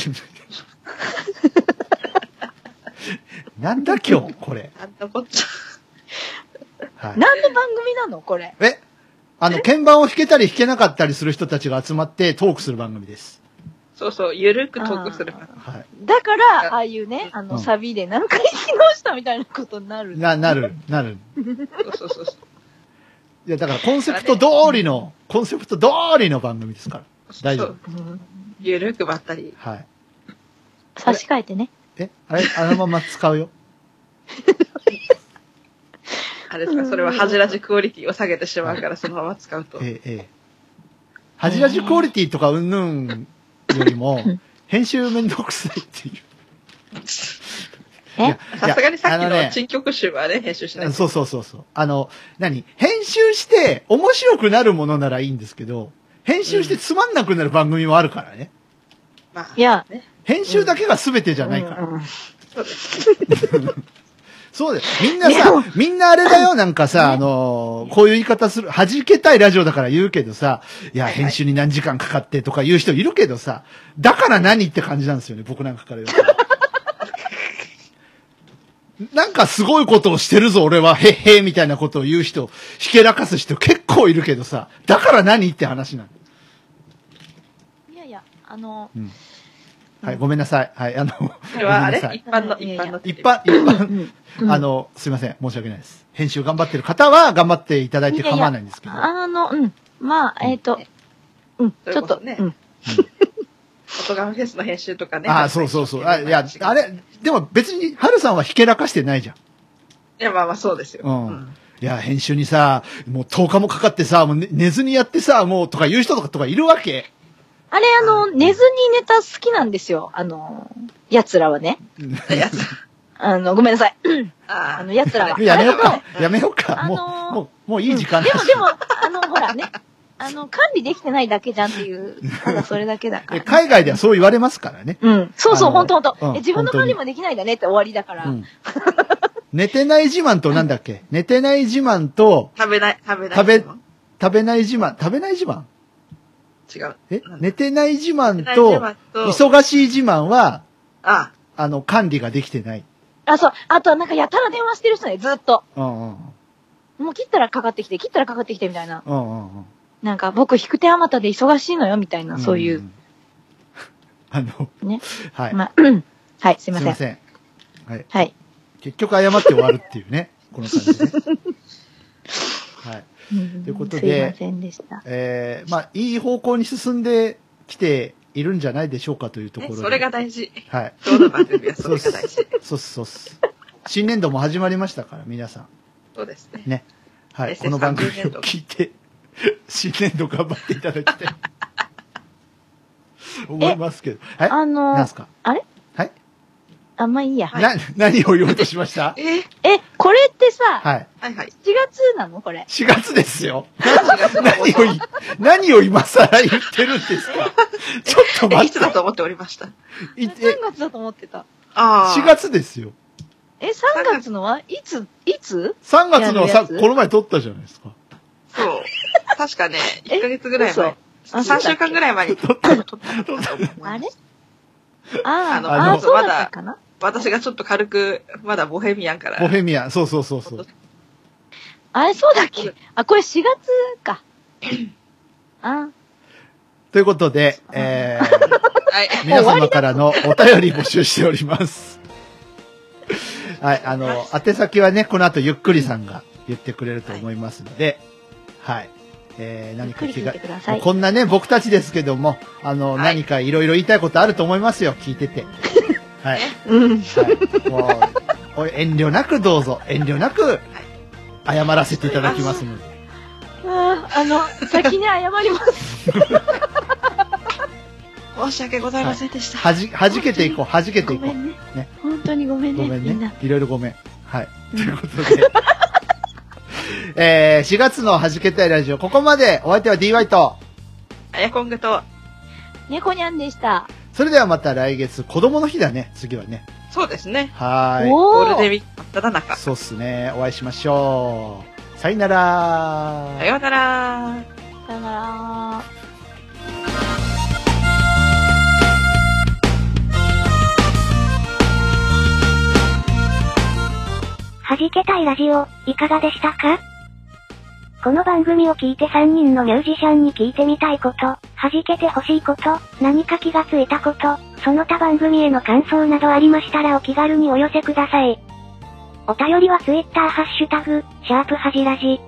[SPEAKER 1] なんだ今日、これ。
[SPEAKER 3] あんなこっちゃ。
[SPEAKER 1] はい。
[SPEAKER 4] (laughs) 何の番組なのこれ。
[SPEAKER 1] えあの、鍵盤を弾けたり弾けなかったりする人たちが集まってトークする番組です。
[SPEAKER 3] そうそう、ゆるくトークするから。
[SPEAKER 1] はい。
[SPEAKER 4] だから、ああいうね、あ
[SPEAKER 1] うん
[SPEAKER 4] の、サビで何回引き直したみたいなことになる。
[SPEAKER 1] な、なる、なる。
[SPEAKER 3] そうそうそう。
[SPEAKER 1] いや、だからコンセプト通りの、コンセプト通りの番組ですから。大丈夫
[SPEAKER 3] そう。
[SPEAKER 4] うん
[SPEAKER 3] ゆるくばったり。
[SPEAKER 1] はい。
[SPEAKER 4] 差し替えてね。
[SPEAKER 1] えあれ、あのまま使うよ。
[SPEAKER 3] あれですか、それは恥じらじクオリティを下げてしまうから、そのまま使うと。
[SPEAKER 1] ええ、ええ。恥じらじクオリティとかうんぬんより
[SPEAKER 3] (laughs)
[SPEAKER 1] も、編集めんどくさいっていう。
[SPEAKER 4] え
[SPEAKER 1] いや
[SPEAKER 3] さすがにさっき
[SPEAKER 1] いやあのね
[SPEAKER 3] の新曲集はね、編集しないと。
[SPEAKER 1] そうそうそうそう。あの、何編集して面白くなるものならいいんですけど、編集してつまんなくなる番組もあるからね。
[SPEAKER 3] まあ、
[SPEAKER 4] いや、
[SPEAKER 1] 編集だけが全てじゃないから。
[SPEAKER 4] うん
[SPEAKER 3] そうです。
[SPEAKER 1] そうだよ。みんなさ、みんなあれだよ、なんかさ、あのーこういう言い方する、弾けたいラジオだから言うけどさ、いや、
[SPEAKER 3] はいはい
[SPEAKER 1] 編集に何時間かかってとか言う人いるけどさ、だから何って感じなんですよね、僕なんかから言うと。 (laughs) なんかすごいことをしてるぞ、俺は、へっへーみたいなことを言う人、ひけらかす人結構いるけどさ、だから何って話なんだよ
[SPEAKER 4] いやいや、あの、
[SPEAKER 1] うん。はい、ごめんなさい。はい、あの、ご
[SPEAKER 3] そ
[SPEAKER 1] め
[SPEAKER 3] れ
[SPEAKER 1] ん
[SPEAKER 3] はあれ
[SPEAKER 1] なさい
[SPEAKER 3] 一。般の、
[SPEAKER 4] いやいや
[SPEAKER 3] 一般の。
[SPEAKER 1] 一般、一般、
[SPEAKER 4] うん
[SPEAKER 1] あの、すいません。申し訳ないです。編集頑張ってる方は頑張っていただいて構わないんですけど。
[SPEAKER 4] あの、うん。まあ、えっ、と、うん、
[SPEAKER 3] そ
[SPEAKER 4] ち
[SPEAKER 3] れ
[SPEAKER 4] ょっ
[SPEAKER 3] こそ
[SPEAKER 4] と、
[SPEAKER 3] ね
[SPEAKER 4] うん。
[SPEAKER 3] 音ガンフェスの編集とかね。
[SPEAKER 1] ああ、そうそうそう。あいや、あ
[SPEAKER 3] れ
[SPEAKER 1] れ、でも別に、ハルさんはひけらかしてないじゃん。
[SPEAKER 3] いや、まあまあそうですよ。
[SPEAKER 1] うんいや、編集にさ、もう10日もかかってさ、もう寝寝ずにやってさ、もうとか言う人とかとかいるわけ。
[SPEAKER 4] あれ、あの、寝ずにネタ好きなんですよ。あの、奴らはね。
[SPEAKER 3] いや、
[SPEAKER 4] あの、ごめんなさい。
[SPEAKER 3] あ
[SPEAKER 4] あ
[SPEAKER 3] あ
[SPEAKER 4] の、奴らは。
[SPEAKER 1] やめよう
[SPEAKER 4] だ
[SPEAKER 1] か。やめようか。
[SPEAKER 4] あ
[SPEAKER 1] も
[SPEAKER 4] の
[SPEAKER 1] う、
[SPEAKER 4] ー
[SPEAKER 1] もう、もういい時間
[SPEAKER 4] け
[SPEAKER 1] だ
[SPEAKER 4] どでも、でも、あの、ほらね。あの、管理できてないだけじゃんっていう、ただそれだけだか
[SPEAKER 1] え
[SPEAKER 4] ら。
[SPEAKER 1] 海外ではそう言われますからね。
[SPEAKER 4] うん。そうそ
[SPEAKER 1] あ
[SPEAKER 4] う、
[SPEAKER 1] の
[SPEAKER 4] ほんとほんと
[SPEAKER 1] うん。
[SPEAKER 4] え自分の
[SPEAKER 1] 本当
[SPEAKER 4] 管
[SPEAKER 1] に
[SPEAKER 4] 理もできないんだねって終わりだから。
[SPEAKER 1] うん。寝てない自慢となんだっけ寝てない自慢と、
[SPEAKER 3] 食べない、食べない。
[SPEAKER 1] 食べ食べない自慢、食べない自慢
[SPEAKER 3] 違う。
[SPEAKER 1] え
[SPEAKER 3] なんだ
[SPEAKER 1] 寝てない自慢
[SPEAKER 3] 寝て
[SPEAKER 1] と
[SPEAKER 3] ない、自慢と
[SPEAKER 1] 忙しい自慢は、
[SPEAKER 3] あ
[SPEAKER 1] あの、管理ができてない。
[SPEAKER 4] あ、そう。あとはなんかやたら電話してる人ね、ずっと。
[SPEAKER 1] うんうん
[SPEAKER 4] もう切ったらかかってきて、切ったらかかってきてみたいな。
[SPEAKER 1] うんうんうん。
[SPEAKER 4] なんか僕、引く手あまたで忙しいのよ、みたいな、そうい
[SPEAKER 1] ん
[SPEAKER 4] う。。
[SPEAKER 1] あの、
[SPEAKER 4] ね。
[SPEAKER 1] はい。
[SPEAKER 4] まあ、はい、すいます
[SPEAKER 1] い
[SPEAKER 4] せ
[SPEAKER 1] ま
[SPEAKER 4] ん。
[SPEAKER 1] せん。はい。
[SPEAKER 4] はい。
[SPEAKER 1] 結局謝って終わるっていう
[SPEAKER 4] (laughs)
[SPEAKER 1] ね。この感じね。はい。
[SPEAKER 4] と
[SPEAKER 1] ということ
[SPEAKER 4] すい
[SPEAKER 1] で
[SPEAKER 4] ませんでした。
[SPEAKER 1] えー、まあ、いい方向に進んできているんじゃないでしょうかというと
[SPEAKER 3] あ、
[SPEAKER 1] こ
[SPEAKER 3] ね
[SPEAKER 1] ろで。
[SPEAKER 3] それが大事。
[SPEAKER 1] はい。
[SPEAKER 3] どうの番組はそ
[SPEAKER 1] そう
[SPEAKER 3] れ
[SPEAKER 1] っす
[SPEAKER 3] が大事。。
[SPEAKER 1] そうっす、そうっす。新年度も始まりましたから、皆さん。
[SPEAKER 3] そうですね。
[SPEAKER 1] ね。は
[SPEAKER 3] 平
[SPEAKER 1] い。
[SPEAKER 3] 成
[SPEAKER 1] この番組を
[SPEAKER 3] 30年度
[SPEAKER 1] 聞いて、新年度頑張っていただきたい。思いますけど。はい。
[SPEAKER 4] あの
[SPEAKER 1] なんす
[SPEAKER 4] ー、
[SPEAKER 1] か
[SPEAKER 4] あれ
[SPEAKER 1] はい。
[SPEAKER 4] あんまあいいや。
[SPEAKER 1] な、何を言おうとしました
[SPEAKER 3] えー、
[SPEAKER 4] え、これってさ、
[SPEAKER 1] はい。
[SPEAKER 3] はいはい。
[SPEAKER 4] 7月なのこれ。
[SPEAKER 1] 4月ですよ。
[SPEAKER 3] 4月の放
[SPEAKER 1] 何を
[SPEAKER 3] 送
[SPEAKER 1] い、何を今更言ってるんですかちょっと
[SPEAKER 3] え、
[SPEAKER 1] 待
[SPEAKER 3] い
[SPEAKER 1] っ
[SPEAKER 3] つ
[SPEAKER 1] て。
[SPEAKER 3] だと思っておりました。
[SPEAKER 1] いえ
[SPEAKER 4] 3月だと思ってた。
[SPEAKER 3] ああ。
[SPEAKER 1] 4。月ですよ。
[SPEAKER 4] え、3月のはいつ、いつ
[SPEAKER 1] 3月の
[SPEAKER 4] や
[SPEAKER 1] さ、
[SPEAKER 4] るやつ
[SPEAKER 1] この前撮ったじゃないですか。
[SPEAKER 3] そう。確かね、
[SPEAKER 4] え
[SPEAKER 3] 1ヶ月ぐらい
[SPEAKER 4] 嘘。
[SPEAKER 3] 前
[SPEAKER 4] あ
[SPEAKER 3] 3週間ぐら
[SPEAKER 1] (laughs)
[SPEAKER 3] い前に撮ったのと思います
[SPEAKER 4] あれ
[SPEAKER 3] あ
[SPEAKER 4] あ
[SPEAKER 3] の
[SPEAKER 4] あ、あ
[SPEAKER 1] あ
[SPEAKER 4] あ、
[SPEAKER 1] の
[SPEAKER 4] そうだったかな
[SPEAKER 3] 私がちょっと軽く、まだボヘミアンから。
[SPEAKER 1] ボヘミアン。そうそうそうそう。
[SPEAKER 4] あれ、そうだっけあ、これ4月か。
[SPEAKER 3] (clears throat)
[SPEAKER 4] あ、
[SPEAKER 1] ということで、え
[SPEAKER 3] はい。
[SPEAKER 1] ー、皆様からのお便り募集しております。はい、あの、宛先はね、この後ゆっくりさんが言ってくれると思いますので、はい。えー、
[SPEAKER 4] ゆっ
[SPEAKER 1] 何
[SPEAKER 4] く
[SPEAKER 1] か
[SPEAKER 4] り
[SPEAKER 1] 気
[SPEAKER 4] 聞い
[SPEAKER 1] が
[SPEAKER 4] て、ください。
[SPEAKER 1] こんなね、僕たちですけども、あの、
[SPEAKER 3] はい
[SPEAKER 1] 何かいろいろ言いたいことあると思いますよ、聞いてて。はい。
[SPEAKER 4] うん。
[SPEAKER 1] はい、もう、お遠慮なくどうぞ、遠慮なく、謝らせていただきますので。
[SPEAKER 4] あーあの、先に謝ります。
[SPEAKER 3] 申し訳ございませんでした。
[SPEAKER 1] はじ、はじけていこう、はじけて
[SPEAKER 4] ご
[SPEAKER 1] いこ
[SPEAKER 4] め
[SPEAKER 1] う。
[SPEAKER 4] んね
[SPEAKER 1] ね。
[SPEAKER 4] 本当にごめん
[SPEAKER 1] ご
[SPEAKER 4] ね、
[SPEAKER 1] めん
[SPEAKER 4] みんな
[SPEAKER 1] ね。。いろいろごめん。はい。ということで。 (laughs) えー、4月のはじけたいラジオ、ここまでお相手は DY と、
[SPEAKER 3] あやこんぐと、
[SPEAKER 4] 猫にゃんでした。
[SPEAKER 1] それではまた来月、子供の日だね、次はね。
[SPEAKER 3] そうですね。
[SPEAKER 1] はーい。
[SPEAKER 4] お
[SPEAKER 3] ゴールデンウ
[SPEAKER 4] ー
[SPEAKER 3] ィーク真っ只中。
[SPEAKER 1] そうっすね、お会いしましょう。さよなら
[SPEAKER 3] さようなら。
[SPEAKER 4] さよなら。
[SPEAKER 5] 弾けたいラジオ、いかがでしたかこの番組を聞いて3人のミュージシャンに聞いてみたいこと、弾けてほしいこと、何か気がついたこと、その他番組への感想などありましたらお気軽にお寄せください。お便りは Twitter ハッシュタグ、シャープはじらじ。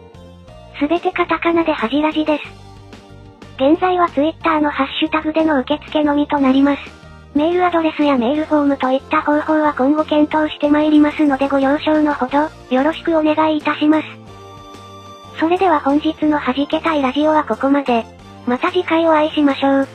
[SPEAKER 5] すべてカタカナではじらじです。現在は Twitter のハッシュタグでの受付のみとなります。メールアドレスやメールフォームといった方法は今後検討してまいりますのでご了承のほど、よろしくお願いいたします。それでは本日の弾けたいラジオはここまで。また次回お会いしましょう。